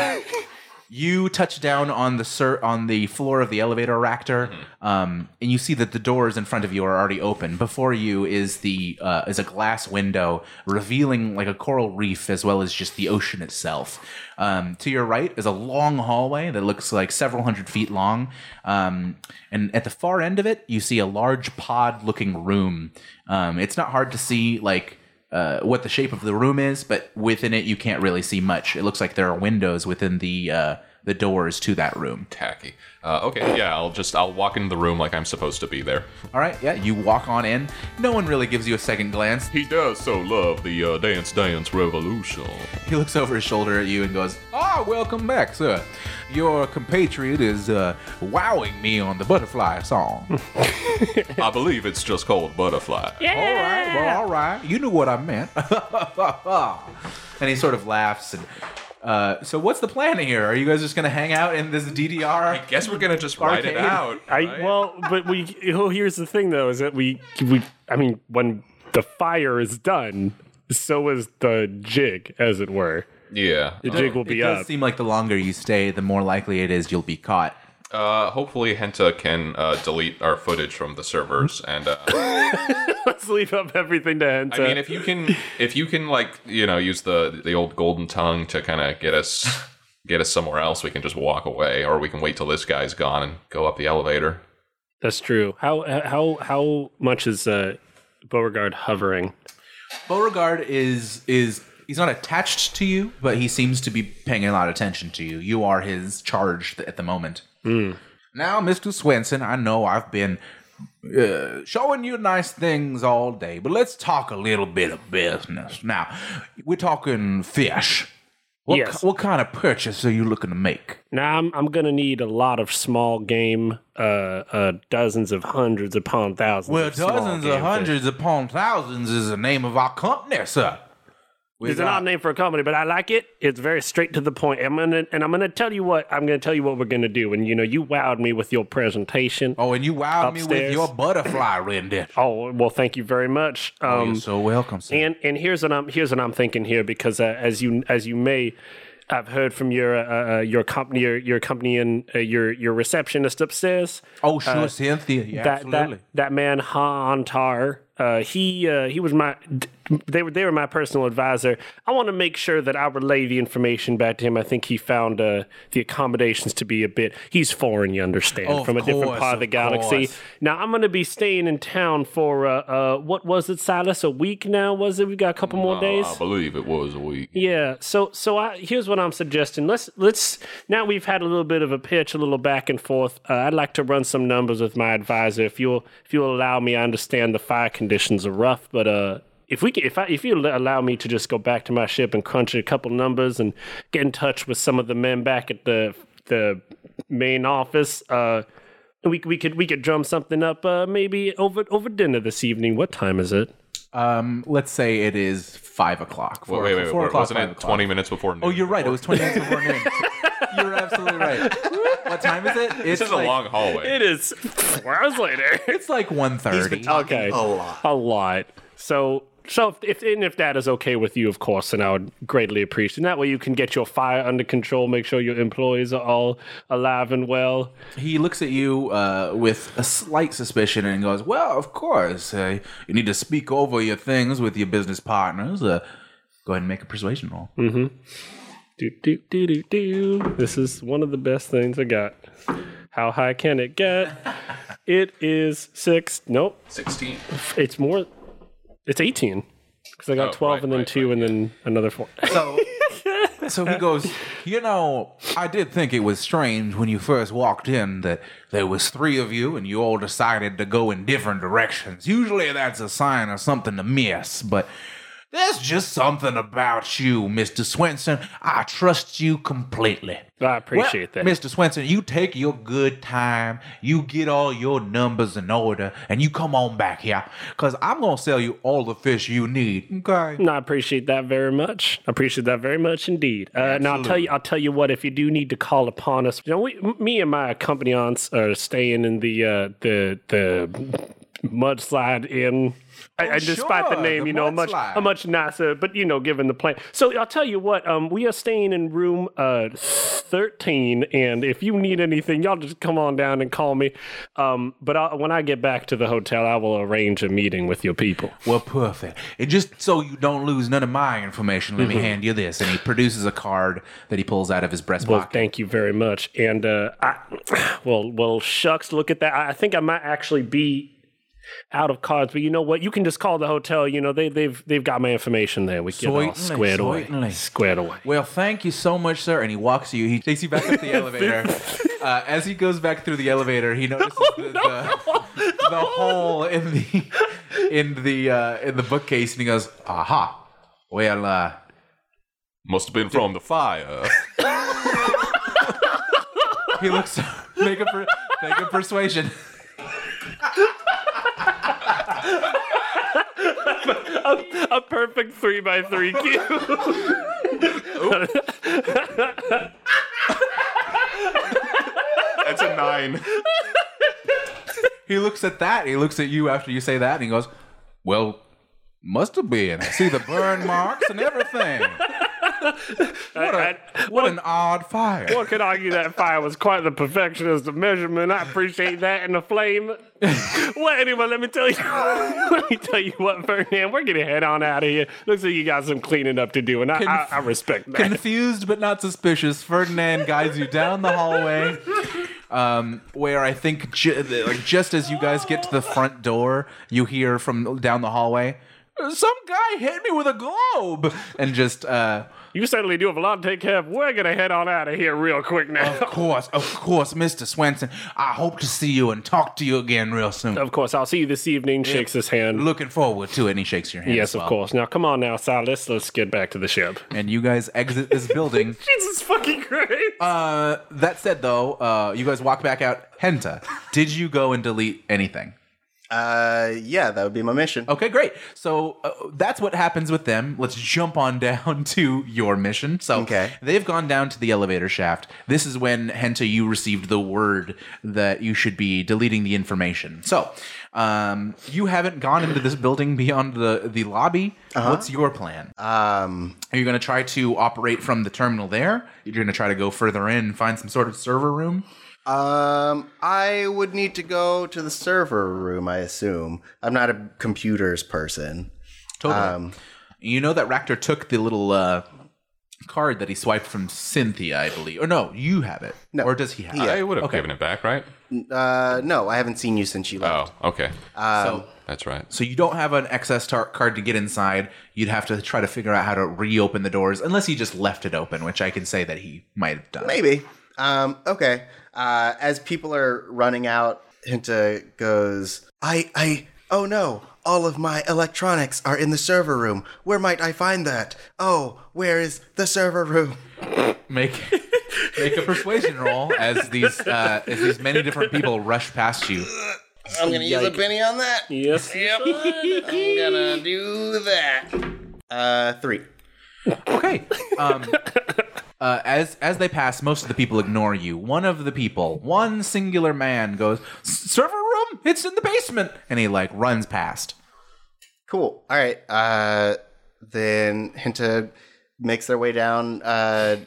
You touch down on the sir- on the floor of the elevator, Ractor, um, and you see that the doors in front of you are already open. Before you is the uh, is a glass window revealing like a coral reef as well as just the ocean itself. Um, to your right is a long hallway that looks like several hundred feet long, um, and at the far end of it, you see a large pod-looking room. Um, it's not hard to see like uh, what the shape of the room is, but within it you can't really see much. It looks like there are windows within the uh, the doors to that room. Tacky. Uh, okay, yeah, I'll just I'll walk into the room like I'm supposed to be there. All right, yeah, you walk on in. No one really gives you a second glance. He does so love the uh, Dance Dance [laughs] Revolution. He looks over his shoulder at you and goes, Ah, welcome back, sir. Your compatriot is uh, wowing me on the butterfly song. I believe it's just called Butterfly. All right, well, all right. You knew what I meant. [laughs] and he sort of laughs and. Uh, so what's the plan here? Are you guys just gonna hang out in this DDR? I guess we're gonna just ride it [laughs] out. I well, but we. [laughs] Oh, here's the thing though: is that we we. I mean, when the fire is done, so is the jig, as it were. Yeah. The jig will it be does up. seem like the longer you stay, the more likely it is you'll be caught. Uh, hopefully, Henta can uh, delete our footage from the servers, and uh, [laughs] Let's leave up everything to Henta. I mean, if you can, if you can, like you know, use the the old golden tongue to kind of get us get us somewhere else, we can just walk away, or we can wait till this guy's gone and go up the elevator. That's true. How how how much is uh, Beauregard hovering? Beauregard is is he's not attached to you, but he seems to be paying a lot of attention to you. You are his charge th- at the moment. Hmm. Now, Mr. Swenson, I know I've been uh, showing you nice things all day, but let's talk a little bit of business. Now, we're talking fish. What, Yes. ki- what kind of purchase are you looking to make? Now I'm I'm gonna need a lot of small game, uh, uh dozens of hundreds upon thousands. Well, of small dozens game of fish. hundreds upon thousands is the name of our company, sir. uh, We It's an got- odd name for a company, but I like it. It's very straight to the point. I'm gonna and I'm gonna tell you what I'm gonna tell you what we're gonna do. And you know, you wowed me with your presentation. Oh, and you wowed me with Upstairs. your [coughs] butterfly rendition. Oh well, thank you very much. Um, Oh, you're so welcome, sir. And and here's what I'm here's what I'm thinking here because uh, as you as you may, I've heard from your uh, uh, your company your, your company and uh, your your receptionist upstairs. Oh, sure, uh, Cynthia. Yeah, that, absolutely. that that man Han Tar. Uh, he uh, he was my d- they were they were my personal advisor. I want to make sure that I relay the information back to him. I think he found uh, the accommodations to be a bit he's foreign, you understand, Of from a different course, part of the of galaxy. course. Now I'm going to be staying in town for uh, uh, what was it, Silas? A week now was it? We got a couple more days. I believe it was a week. Yeah. So so I here's what I'm suggesting. Let's let's now we've had a little bit of a pitch, a little back and forth. Uh, I'd like to run some numbers with my advisor. If you'll if you'll allow me, I understand the fire conditions are rough, but uh. If we ca- if I, if you allow me to just go back to my ship and crunch a couple numbers and get in touch with some of the men back at the the main office, uh, we we could we could drum something up uh, maybe over over dinner this evening. What time is it? Um, let's say it is five o'clock. Wait, Four, wait, wait. four wait o'clock, wasn't five it o'clock. 20 minutes before Oh, noon? you're right. It was twenty minutes [laughs] before noon. you're absolutely right. What time is it? It's this is like- a long hallway. It is four hours later. [laughs] It's like one thirty. Okay. A lot. A lot. So so if, if and if that is okay with you, of course, then I would greatly appreciate. And that way you can get your fire under control, make sure your employees are all alive and well. He looks at you uh, with a slight suspicion and goes, Well, of course. Uh, you need to speak over your things with your business partners. Uh, "Go ahead and make a persuasion roll." Mm-hmm. Do do do do do. This is one of the best things I got. How high can it [laughs] get? it is six. Nope. 16. It's more. It's eighteen. Because I got Oh, twelve right, and then two and then another four. [laughs] So, so he goes, you know, I did think it was strange when you first walked in that there was three of you and you all decided to go in different directions. Usually that's a sign of something to miss, but there's just something about you, Mr. Swenson. I trust you completely. I appreciate Well, that. Mr. Swenson, you take your good time, you get all your numbers in order, and you come on back here. Cause I'm gonna sell you all the fish you need. Okay. No, I appreciate that very much. I appreciate that very much indeed. Uh, now I'll tell you, I'll tell you what. If you do need to call upon us, you know, we, m- me and my accompagnants are staying in the uh, the the mudslide in. I, I, despite Oh, sure, the name, the you know, a much mudslide. a much nicer, but you know, given the plan. So I'll tell you what, um, we are staying in room uh thirteen, and if you need anything, y'all just come on down and call me. Um, but I, when I get back to the hotel, I will arrange a meeting with your people. Well, perfect. And just so you don't lose none of my information, Mm-hmm. let me hand you this. And he produces a card that he pulls out of his breast Well, pocket. thank you very much. And uh, I, [sighs] well, well, shucks, look at that. I I think I might actually be out of cards, but you know what? You can just call the hotel. You know they they've they've got my information there. We get all Certainly, squared away. certainly. Squared away. Well, thank you so much, sir. And he walks you. He takes you back up the elevator. Uh, as he goes back through the elevator, he notices the, the, the hole in the in the uh, in the bookcase, and he goes, "Aha! Well, uh, Must have been from the fire. [laughs] he looks. make a per, make a persuasion. [laughs] a, a perfect three by three [laughs] cube. That's a nine. [laughs] He looks at that. He looks at you after you say that, and he goes, "Well, must have been. I see the [laughs] burn marks and everything. What, a, what an odd fire." One could argue that fire was quite the perfectionist of measurement. I appreciate that. And the [laughs] flame. well, anyway, let me tell you. [laughs] let me tell you what, Ferdinand. We're getting head on out of here. Looks like you got some cleaning up to do, and I, I, Conf- I respect that. Confused but not suspicious, Ferdinand guides you down the hallway. Um, where I think, ju- like, just as you guys get to the front door, you hear from down the hallway, "Some guy hit me with a globe," and just, uh, you certainly do have a lot to take care of. We're gonna head on out of here real quick now. "Of course, of course, Mister Swenson. I hope to see you and talk to you again real soon. [laughs] Of course, I'll see you this evening. Shakes his hand. Looking forward to it." And he shakes your hand. yes, as well. of course. Now come on, now, Sal. Let's let's get back to the ship. And you guys exit this [laughs] building. Jesus fucking Christ! Uh, that said, though, uh, you guys walk back out. Henta, did you go and delete anything? Uh, yeah, that would be my mission. Okay, great. So uh, that's what happens with them. Let's jump on [laughs] down to your mission. So Okay. they've gone down to the elevator shaft. This is when Henta, you received the word that you should be deleting the information. So um, you haven't gone into this building beyond the the lobby. What's your plan? Uh-huh. Um, Are you going to try to operate from the terminal there? You're going to try to go further in, find some sort of server room. um, I would need to go to the server room. I assume I'm not a computers person. Totally. Um, You know that Ractor took the little uh, card that he swiped from Cynthia, I believe. Or no, you have it. No. Or does he have Yeah. it? I would have Okay. given it back, right? Uh, no, I haven't seen you since you left. Oh, okay. so, That's right. so you don't have an access tar- card to get inside. You'd have to try to figure out how to reopen the doors, unless he just left it open, which I can say that he might have done. Maybe. Um, okay. Uh, as people are running out, Hinta goes, I, I, oh no, all of my electronics are in the server room. Where might I find that? Oh, where is the server room? Make [laughs] make a persuasion roll as these uh, as these many different people rush past you. I'm gonna use a penny on that. Yes. Yep. I'm gonna do that. Uh, three. Okay. Um, uh, as as they pass, most of the people ignore you. One of the people, one singular man, goes, "Server room? It's in the basement," and he like runs past. Cool. All right. Uh, then Hinta makes their way down uh,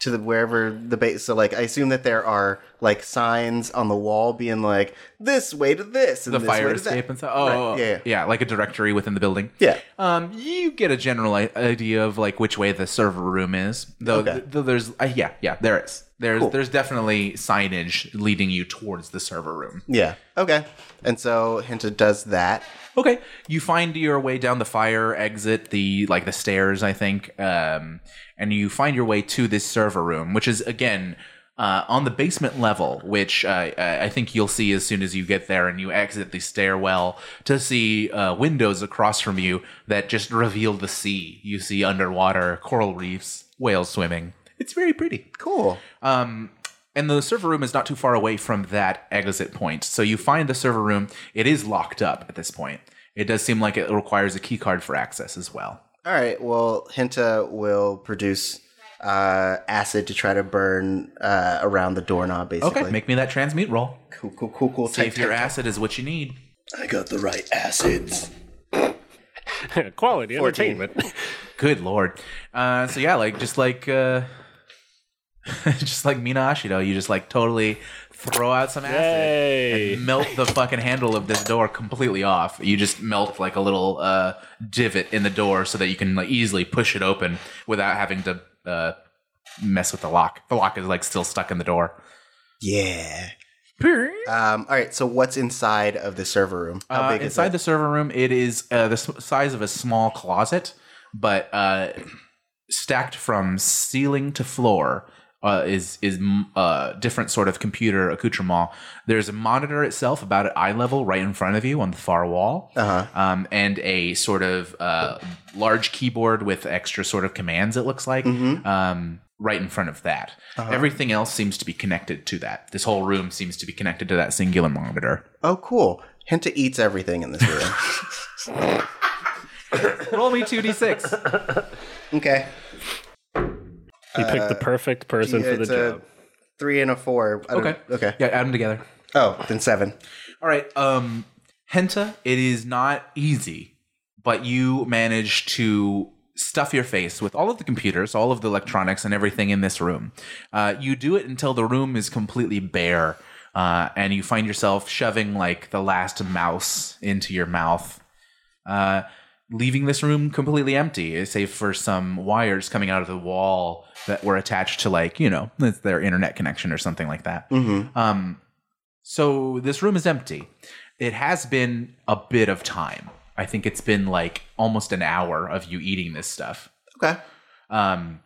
to the wherever the base. So, like, I assume that there are like signs on the wall being like this way to this and The this fire way to that. escape and so. Oh, Right, yeah, yeah, yeah, yeah. like a directory within the building. Yeah. Um, you get a general i- idea of like which way the server room is, though. Okay. th- though there's, uh, yeah, yeah, there is. There's Cool. there's definitely signage leading you towards the server room. Yeah. Okay. And so Hinta does that. Okay, you find your way down the fire exit, the like the stairs, I think, um, and you find your way to this server room, which is again uh, on the basement level, which uh, I I think you'll see as soon as you get there and you exit the stairwell to see uh, windows across from you that just reveal the sea. You see underwater coral reefs, whales swimming. It's very pretty. Cool. Um, and the server room is not too far away from that exit point. So you find the server room. It is locked up at this point. It does seem like it requires a key card for access as well. All right. Well, Hinta will produce uh, acid to try to burn uh, around the doorknob, basically. Okay, make me that transmute roll. cool, cool, cool, cool. See Tight, if your tight, acid is what you need. tight. I got the right acids. [laughs] Quality 14. entertainment. Good lord. Uh, so yeah, like just like uh, [laughs] just like Mina Ashido, you just like totally throw out some acid Yay. and [laughs] melt the fucking handle of this door completely off. You just melt like a little uh, divot in the door so that you can like easily push it open without having to uh, mess with the lock. The lock is like still stuck in the door. Yeah. Um, all right. So what's inside of the server room? How big uh, inside the server room, it is uh, the s- size of a small closet, but uh, stacked from ceiling to floor. Uh, is is uh, different sort of computer accoutrement. There's a monitor itself about at eye level, right in front of you on the far wall, uh-huh. um, and a sort of uh, large keyboard with extra sort of commands. It looks like Mhm. um, right in front of that. Uh-huh. Everything else seems to be connected to that. This whole room seems to be connected to that singular monitor. Oh, cool. Henta eats everything in this [laughs] room. Roll me two d six. okay. You picked the perfect person for the Uh, It's uh, a job. three and a four. I don't- Okay. Okay. Yeah, add them together. Oh, then seven. All right. Um, Henta, it is not easy, but you manage to stuff your face with all of the computers, all of the electronics, and everything in this room. Uh, you do it until the room is completely bare, uh, and you find yourself shoving like the last mouse into your mouth. Uh, leaving this room completely empty, eh, save for some wires coming out of the wall that were attached to like you know their internet connection or something like that. Mm-hmm. Um, so this room is empty. It has been a bit of time. I think it's been like almost an hour of you eating this stuff. Okay. Um,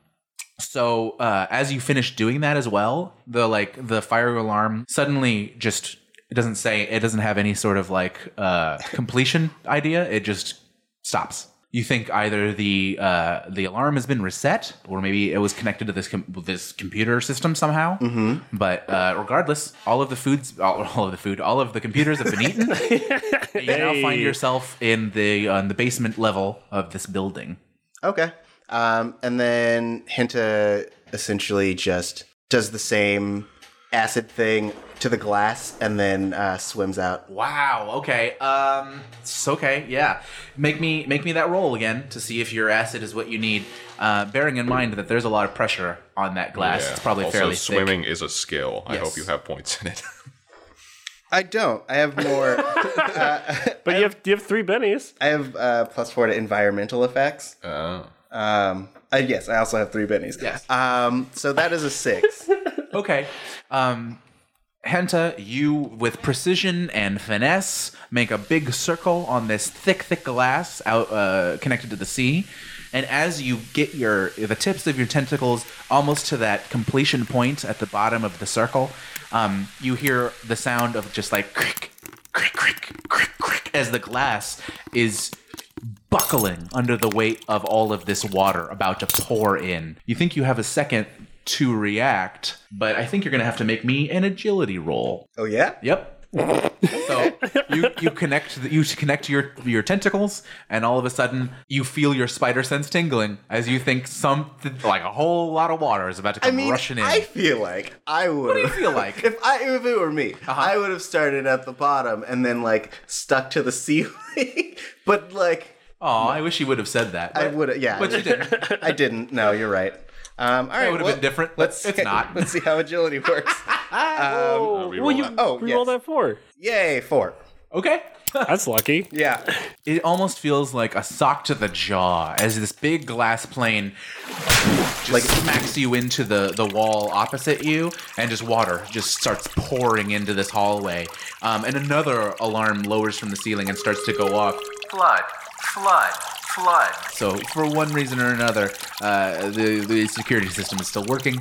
so uh, as you finish doing that as well, the like the fire alarm suddenly just it doesn't say it doesn't have any sort of like uh, completion idea. It just stops. You think either the uh, the alarm has been reset, or maybe it was connected to this com- this computer system somehow. Mm-hmm. But uh, regardless, all of the foods, all, all of the food, all of the computers have been eaten. you now find yourself in the on the basement level of this building. Okay. Um, and then Hinta essentially just does the same acid thing to the glass and then uh, swims out. Wow. Okay. Um. it's Okay. Yeah. Make me make me that roll again to see if your acid is what you need. Uh, bearing in mind that there's a lot of pressure on that glass, Yeah. it's probably also, fairly thick. swimming is a skill. I Yes. hope you have points in it. I don't. I have [laughs] more. uh, But you have you have three bennies. I have uh, plus four to environmental effects. oh. Um, uh, yes, I also have three bennies. Yes. Um, so that is a [laughs] six. Okay. Um, Henta, you with precision and finesse make a big circle on this thick, thick glass out uh, connected to the sea, and as you get your the tips of your tentacles almost to that completion point at the bottom of the circle, um, you hear the sound of just like crick, crick, crick, crick, crick as the glass is buckling under the weight of all of this water about to pour in. You think you have a second to react, but I think you're going to have to make me an agility roll. oh yeah. Yep. so you you connect the, you connect your your tentacles, and all of a sudden you feel your spider sense tingling as you think some like a whole lot of water is about to I come mean, rushing in. I feel like I would. What do you feel like? [laughs] Uh-huh. if I if it were me? I would have started at the bottom and then like stuck to the ceiling. [laughs] but like Aw, I wish you would have said that. I but- would, have yeah. but you didn't. I didn't. No, you're right. Um, all right, would've well, been different, but Let's it's not. [laughs] Let's see how agility [laughs] works. um, Uh, Well, you reroll oh, roll yes. that four. yay, four. [laughs] Okay. That's lucky. Yeah, It almost feels like a sock to the jaw as this big glass plane just like smacks you into the, the wall opposite you, and just water just starts pouring into this hallway. Um, and another alarm lowers from the ceiling and starts to go off. Flood, flood, flood. So for one reason or another, uh, the the security system is still working.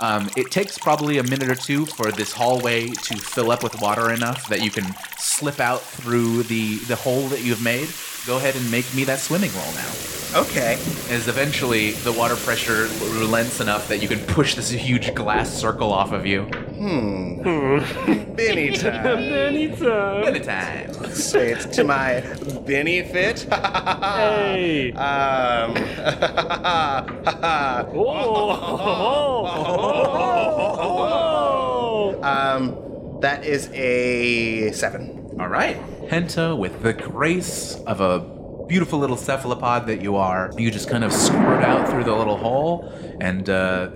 Um, it takes probably a minute or two for this hallway to fill up with water enough that you can slip out through the the hole that you've made. Go ahead and make me that swimming roll now okay. is eventually the water pressure relents enough that you can push this huge glass circle off of you. [laughs] Benny time. Anytime. Anytime. Say it to my benefit. [laughs] Hey. Um, [laughs] Oh. Uh, um, that is a seven. All right. Henta, with the grace of a beautiful little cephalopod that you are, you just kind of squirt out through the little hole and uh,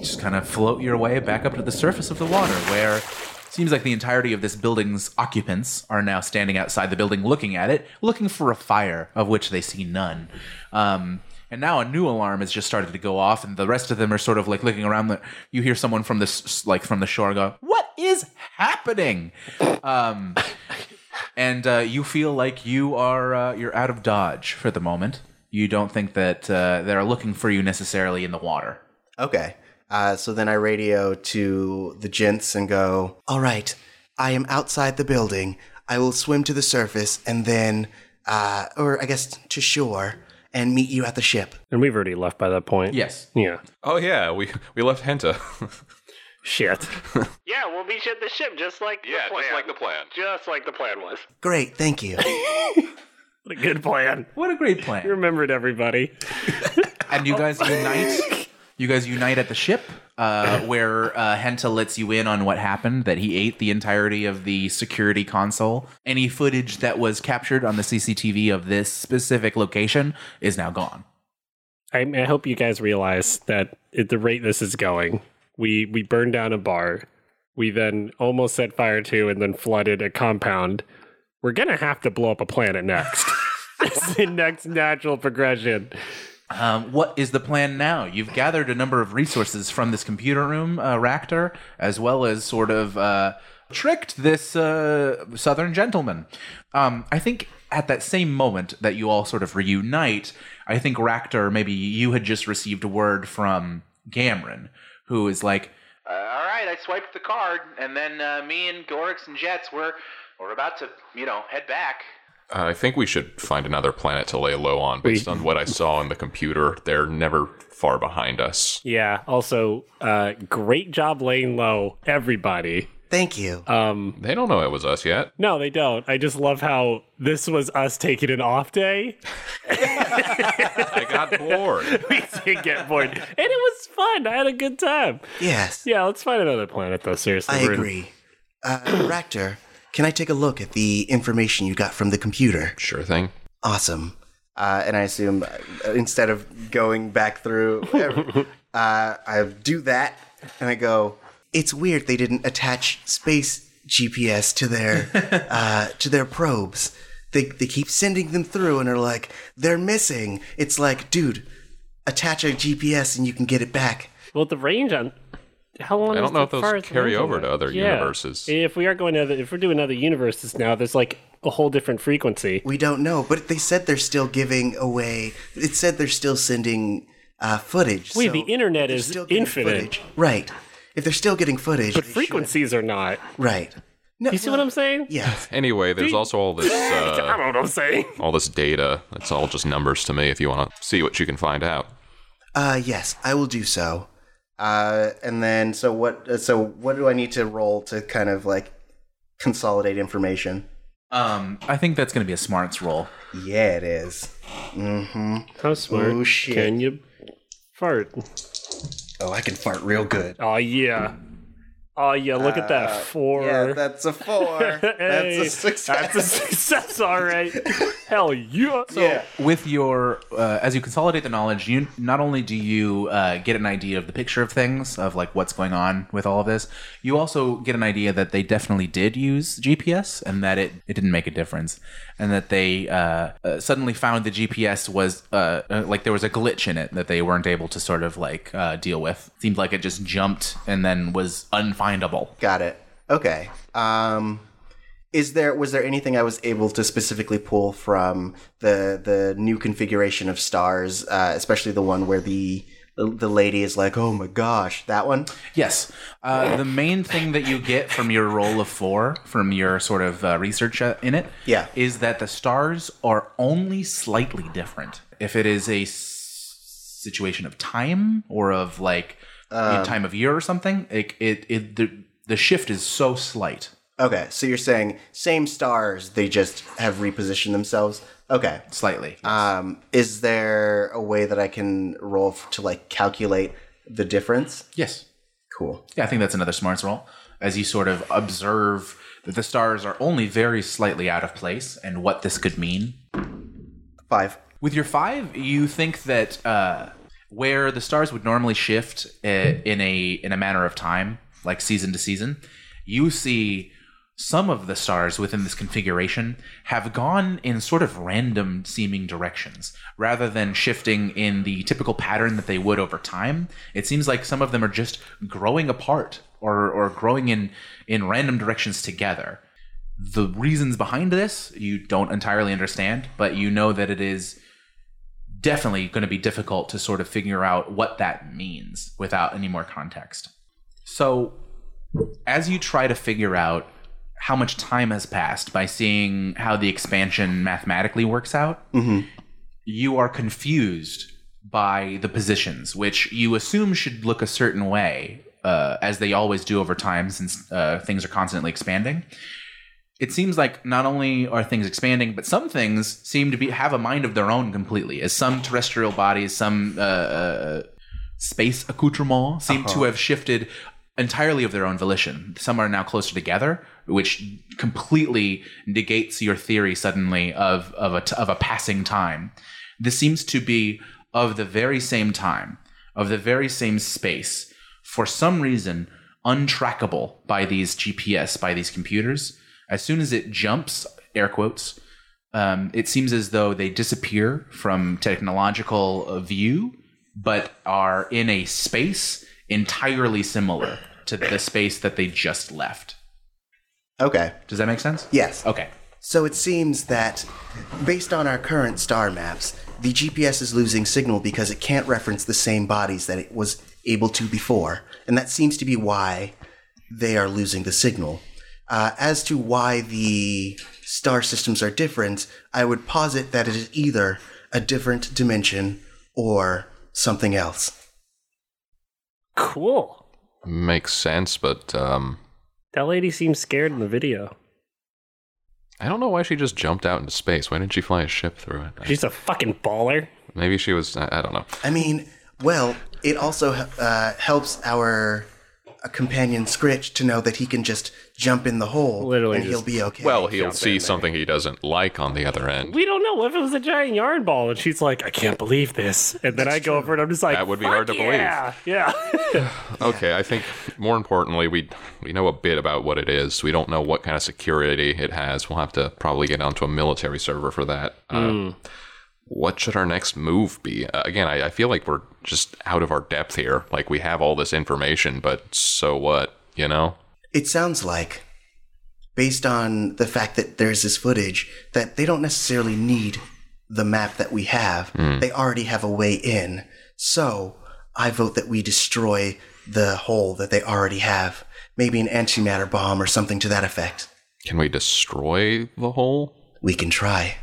just kind of float your way back up to the surface of the water where it seems like the entirety of this building's occupants are now standing outside the building looking at it, looking for a fire, of which they see none. Um, and now a new alarm has just started to go off, and the rest of them are sort of like looking around. You hear someone from this, like from the shore, go, "What is happening?" Um, and uh, you feel like you are uh, you're out of dodge for the moment. You don't think that uh, they're looking for you necessarily in the water. Okay. Uh, so then I radio to the gents and go, All right, I am outside the building. I will swim to the surface and then, uh, or I guess to shore and meet you at the ship. And we've already left by that point. Yes. Yeah. Oh, yeah. We, we left Henta. [laughs] Shit. yeah, we'll meet you at the ship, just like yeah, the plan. just like the plan. Just like the plan was. Great, thank you. what a good plan. What a great [laughs] plan. You remembered everybody. and you guys unite. You guys unite at the ship, uh, where uh, Henta lets you in on what happened. That he ate the entirety of the security console. Any footage that was captured on the CCTV of this specific location is now gone. I, I hope you guys realize that at the rate this is going, we we burned down a bar we then almost set fire to and then flooded a compound we're gonna have to blow up a [laughs] planet next it's the next natural progression um, what is the plan now? You've gathered a number of resources from this computer room, uh, Ractor, as well as sort of uh, tricked this uh, southern gentleman. Um, I think at that same moment that you all sort of reunite, I think Ractor, maybe you had just received word from Gamron, who is like, uh, "All right, I swiped the card, and then uh, me and Gorix and Jets were we're about to, you know, head back." Uh, I think we should find another planet to lay low on, based on what I saw in the computer. They're never far behind us. Yeah. Also, uh, great job laying low, everybody. Thank you. Um, they don't know it was us yet. No, they don't. I just love how this was us taking an off day. [laughs] I got bored. we did get bored, and it was fun. I had a good time. Yes. Yeah. Let's find another planet, though. Seriously, I agree. Uh, Ractor, can I take a look at the information you got from the computer? Sure thing. Awesome. Uh, and I assume uh, instead of going back through, uh, I do that, and I go it's weird they didn't attach space GPS to their uh, to their probes. They they keep sending them through and are like they're missing. It's like, dude, attach a GPS and you can get it back. Well, the range on how long? I don't know if those far carry over to other yeah. universes. If we are going to other, if we're doing other universes now, there's like a whole different frequency. We don't know, but they said they're still giving away. It said they're still sending uh, footage. Wait, so the internet they're is still getting infinite. footage. right? If they're still getting footage, But they frequencies are not. should. right? Do you see what I'm saying? Yeah. Anyway, there's also all this I uh, don't know what I'm saying. all this data. It's all just numbers to me. If you want to see what you can find out, Uh, yes, I will do so. Uh, and then so what? uh, So what do I need to roll to kind of like consolidate information? Um, I think that's going to be a smarts roll. Yeah, it is. Mm-hmm. How smart Oh, shit. can you fart? Oh, I can fart real good. Oh yeah. Oh yeah, look at that four. Uh, Yeah, [laughs] that's a four. that's Hey, a success. That's a success, all [laughs] right. Hell yeah. yeah. With your, uh, as you consolidate the knowledge, you not only do you uh, get an idea of the picture of things, of like what's going on with all of this, you also get an idea that they definitely did use GPS and that it, it didn't make a difference, and that they uh, uh, suddenly found the GPS was uh, uh, like there was a glitch in it that they weren't able to sort of like uh, deal with. Seemed like it just jumped and then was unfindable. Got it. Okay. Um, is there was there anything I was able to specifically pull from the the new configuration of stars, uh, especially the one where the the lady is like, "Oh my gosh, that one." Yes. Uh, the main thing that you get from your roll of four, from your sort of uh, research uh, in it, Yeah. is that the stars are only slightly different. If it is a s- situation of time or of like the time of year or something, it, it, it the, the shift is so slight. Okay, so you're saying same stars, they just have repositioned themselves. Okay. Slightly. Um, is there a way that I can roll f- to like calculate the difference? yes. Cool. Yeah, I think that's another smarts roll as you sort of observe that the stars are only very slightly out of place and what this could mean. Five. With your five, you think that uh, where the stars would normally shift uh, in a in a matter of time, like season to season, you see some of the stars within this configuration have gone in sort of random seeming directions rather than shifting in the typical pattern that they would over time it seems like some of them are just growing apart or or growing in in random directions together the reasons behind this you don't entirely understand but you know that it is definitely going to be difficult to sort of figure out what that means without any more context so as you try to figure out how much time has passed by seeing how the expansion mathematically works out, mm-hmm. you are confused by the positions, which you assume should look a certain way, uh, as they always do over time since uh, things are constantly expanding. It seems like not only are things expanding, but some things seem to be have a mind of their own completely. As some terrestrial bodies, some uh, space accoutrements seem uh-huh. to have shifted entirely of their own volition. Some are now closer together, which completely negates your theory suddenly of of a, t- of a passing time. This seems to be of the very same time, of the very same space, for some reason untrackable by these GPS, by these computers. As soon as it jumps, air quotes, um, it seems as though they disappear from technological uh, view, but are in a space entirely similar to the space that they just left. Okay. Does that make sense? Yes. Okay. So it seems that, based on our current star maps, the GPS is losing signal because it can't reference the same bodies that it was able to before, and that seems to be why they are losing the signal. Uh, as to why the star systems are different, I would posit that it is either a different dimension or something else. Cool. Makes sense, but um that lady seems scared in the video. I don't know why she just jumped out into space. Why didn't she fly a ship through it? She's a fucking baller. Maybe she was. I, I don't know. I mean, well, it also uh, helps our uh, companion Scritch to know that he can just jump in the hole Literally and he'll just- be okay. Well, he'll see something he doesn't like on the other end. We don't know what if it was a giant yarn ball, and she's like, "I can't believe this," and then I go over and I'm just like, That would be "Fuck hard to believe." yeah. [laughs] believe." Yeah, Okay, I think more importantly, we we know a bit about what it is. We don't know what kind of security it has. We'll have to probably get onto a military server for that. Mm. Uh, what should our next move be? Uh, again, I, I feel like we're just out of our depth here. Like we have all this information, but so what? You know? It sounds like, based on the fact that there's this footage, that they don't necessarily need the map that we have. They already have a way in. So I vote that we destroy the hole that they already have. Maybe an antimatter bomb or something to that effect. Can we destroy the whole? We can try.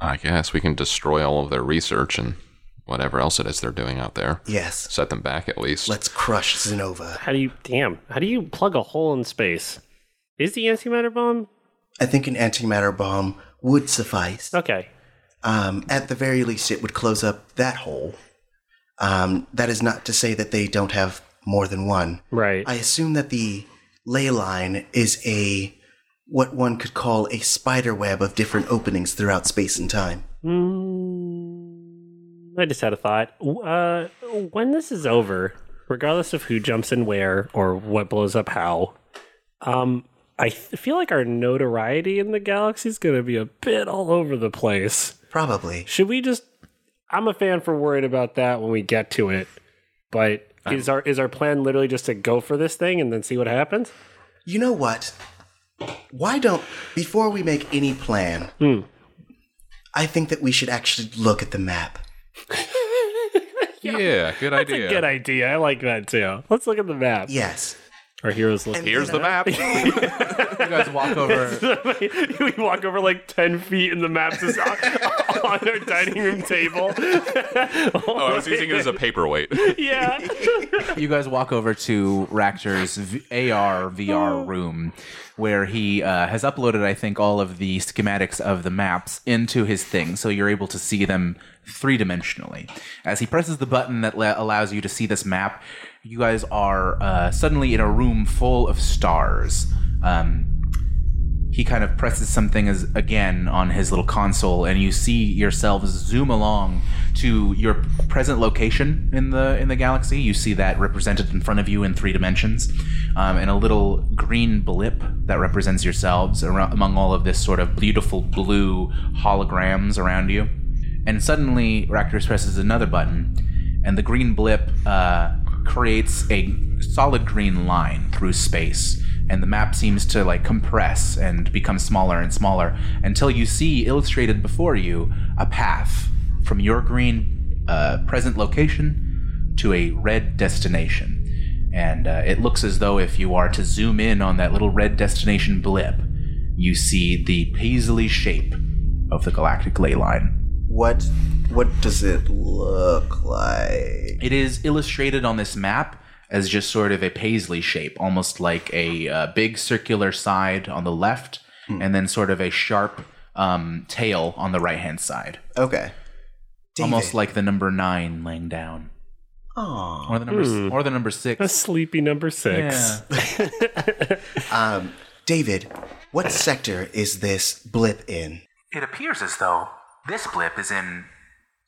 I guess we can destroy all of their research and whatever else it is they're doing out there. Yes. Set them back at least. Let's crush Zenova. How do you? Damn. How do you plug a hole in space? Is the antimatter bomb I think an antimatter bomb would suffice. okay? um, at the very least, it would close up that hole. Um, that is not to say that they don't have more than one. Right. I assume that the ley line is a what one could call a spider web of different openings throughout space and time. Mm, I just had a thought. Uh, when this is over, regardless of who jumps in where or what blows up how, um, I th- feel like our notoriety in the galaxy is going to be a bit all over the place. Probably. Should we just? I'm a fan for worried about that when we get to it, but. Is our is our plan literally just to go for this thing and then see what happens? You know what? Why don't before we make any plan? Hmm. I think that we should actually look at the map. yeah, good That's idea. a good idea. I like that too. Let's look at the map. Yes. Our heroes look. Here's the map. [laughs] You guys walk over. [laughs] we walk over like 10 feet and the map's just on, [laughs] on our dining room table. [laughs] Oh, I was using it as a paperweight. yeah. you guys walk over to Ractor's v- AR VR room, where he uh, has uploaded, I think, all of the schematics of the maps into his thing, so you're able to see them three dimensionally. As he presses the button that la- allows you to see this map, you guys are uh, suddenly in a room full of stars. Um, he kind of presses something as again on his little console and you see yourselves zoom along to your present location in the in the galaxy you see that represented in front of you in three dimensions um, and a little green blip that represents yourselves around, among all of this sort of beautiful blue holograms around you and suddenly Rakdos presses another button and the green blip uh, creates a solid green line through space and the map seems to like compress and become smaller and smaller until you see illustrated before you a path from your green uh, present location to a red destination. And uh, it looks as though if you are to zoom in on that little red destination blip, you see the paisley shape of the galactic ley line. What what does it look like? It is illustrated on this map as just sort of a paisley shape, almost like a uh, big circular side on the left, mm. and then sort of a sharp um, tail on the right hand side. Okay. David. Almost like the number nine laying down. Oh. Or the number, mm. or the number six. A sleepy number six. Yeah. um, David, what sector is this blip in? It appears as though this blip is in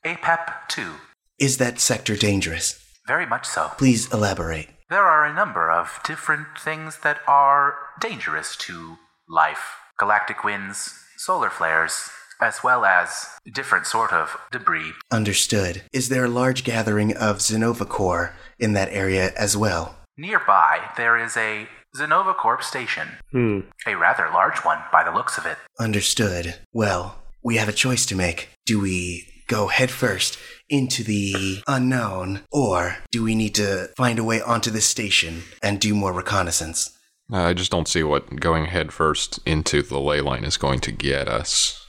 APEP 2. Is that sector dangerous? Very much so. Please elaborate. There are a number of different things that are dangerous to life galactic winds, solar flares, as well as different sort of debris. Understood. Is there a large gathering of Zenova Corps in that area as well? Nearby, there is a Zenova Corp station. Hmm. A rather large one, by the looks of it. Understood. Well, we have a choice to make. Do we go headfirst into the unknown, or do we need to find a way onto this station and do more reconnaissance? Uh, I just don't see what going headfirst into the ley line is going to get us.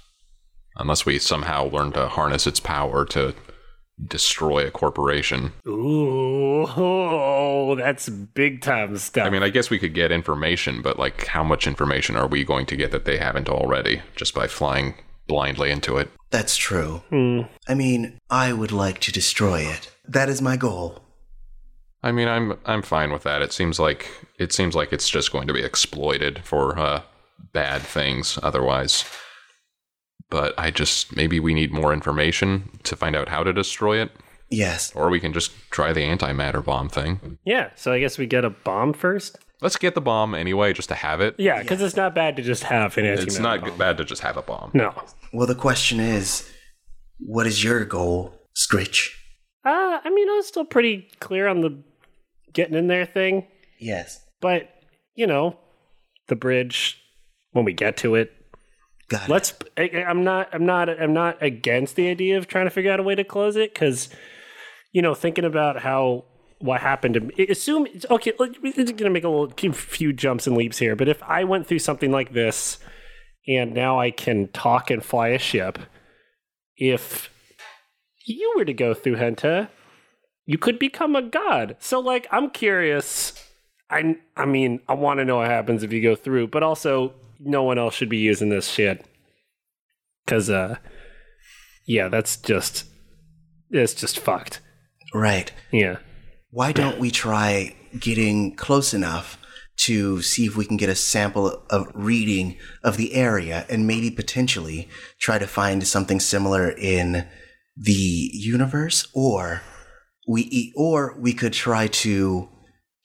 Unless we somehow learn to harness its power to destroy a corporation. Ooh, oh, that's big time stuff. I mean, I guess we could get information, but like, how much information are we going to get that they haven't already just by flying blindly into it. That's true. Mm. I mean, I would like to destroy it. That is my goal. I mean, I'm I'm fine with that. It seems like it seems like it's just going to be exploited for uh, bad things otherwise. But I just maybe we need more information to find out how to destroy it. Yes. Or we can just try the antimatter bomb thing. Yeah. So I guess we get a bomb first. Let's get the bomb anyway, just to have it. Yeah, because yeah. it's not bad to just have an anti. It's not bomb. bad to just have a bomb. No. Well, the question is, what is your goal, Scritch? Uh, I mean, I was still pretty clear on the getting in there thing. Yes. But you know, the bridge when we get to it. Got let's. It. I, I'm not. I'm not. I'm not against the idea of trying to figure out a way to close it because, you know, thinking about how what happened to me. Assume okay, it's gonna make a little few jumps and leaps here, but if I went through something like this, and now I can talk and fly a ship, if you were to go through Henta, you could become a god. So, like, I'm curious. I I mean, I want to know what happens if you go through, but also no one else should be using this shit because, uh, yeah, that's just it's just fucked. Right. Yeah why don't we try getting close enough to see if we can get a sample of reading of the area and maybe potentially try to find something similar in the universe or we e, or we could try to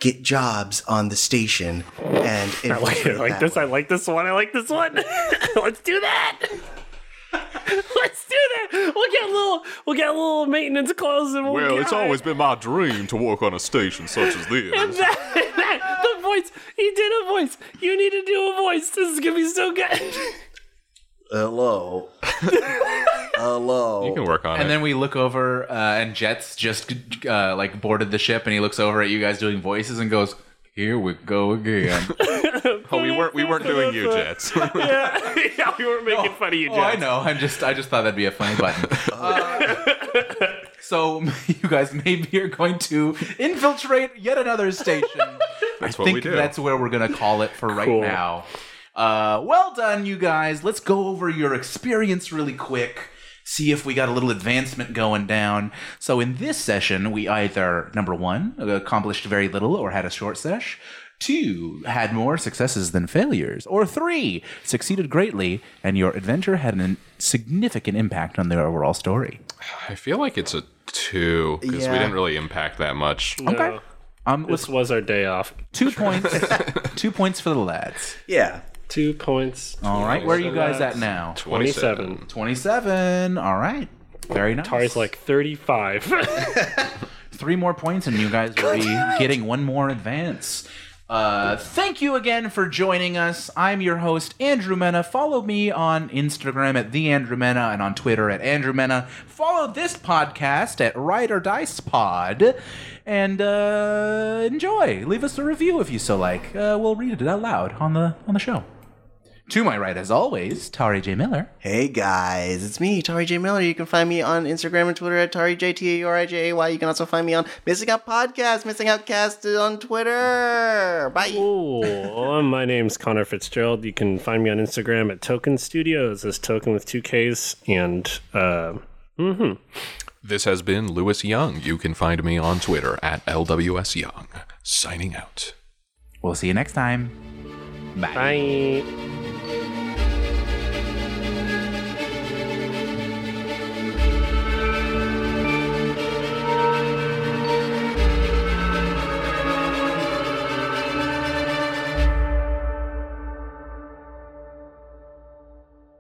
get jobs on the station and I [laughs] like, I like this way. I like this one I like this one [laughs] let's do that [laughs] Let's do that. We'll get a little. We'll get a little maintenance clothes. And we'll well, it's always been my dream to work on a station such as this. [laughs] and that, and that, the voice. He did a voice. You need to do a voice. This is gonna be so good. [laughs] Hello. Hello. You can work on and it. And then we look over, uh, and Jets just uh, like boarded the ship, and he looks over at you guys doing voices and goes, "Here we go again." oh, we weren't we weren't doing you jets. [laughs] yeah. [laughs] yeah, we weren't making oh, fun of you jets. Oh, I know. I'm just I just thought that'd be a funny button. Uh, [laughs] so you guys maybe are going to infiltrate yet another station. that's I what think we do. that's where we're gonna call it for right cool. now. Uh, well done, you guys. Let's go over your experience really quick. see if we got a little advancement going down. So in this session, we either, number one, accomplished very little or had a short sesh, two, had more successes than failures, or three, succeeded greatly and your adventure had a significant impact on the overall story. [laughs] I feel like it's a two because Yeah. we didn't really impact that much. No. Okay. Um, This was our day off. two points. two points for the lads. Yeah. Two points. All right, where are you guys at now? 27. 27. All right. Very nice. Tari's like 35. Three more points, and you guys will be getting one more advance. Uh, thank you again for joining us. I'm your host, Andrew Mena. Follow me on Instagram at the Andrew Mena and on Twitter at Andrew Mena. Follow this podcast at Ride or Dice Pod, and uh, enjoy. Leave us a review if you so like. Uh, we'll read it out loud on the on the show. To my right, as always, Tari J. Miller. Hey guys, it's me, Tari J. Miller. You can find me on Instagram and Twitter at Tari J T A R I J A Y. You can also find me on Missing Out Podcast, Missing Out Cast on Twitter. Bye. Cool. My name's Connor Fitzgerald. You can find me on Instagram at Token Studios. That's Token with two Ks. And uh, mhm. This has been Lewis Young. You can find me on Twitter at LWS Young. Signing out. We'll see you next time. Bye. Bye.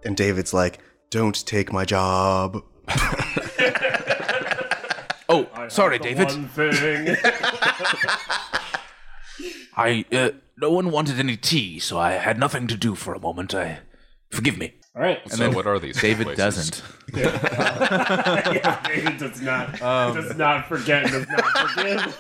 And David's like, don't take my job. Oh, I have sorry, the David. One thing. [laughs] I, uh, no one wanted any tea, so I had nothing to do for a moment. I, forgive me. All right. So what are these David places? doesn't. Um, yeah, David does not does not forget and does not forgive.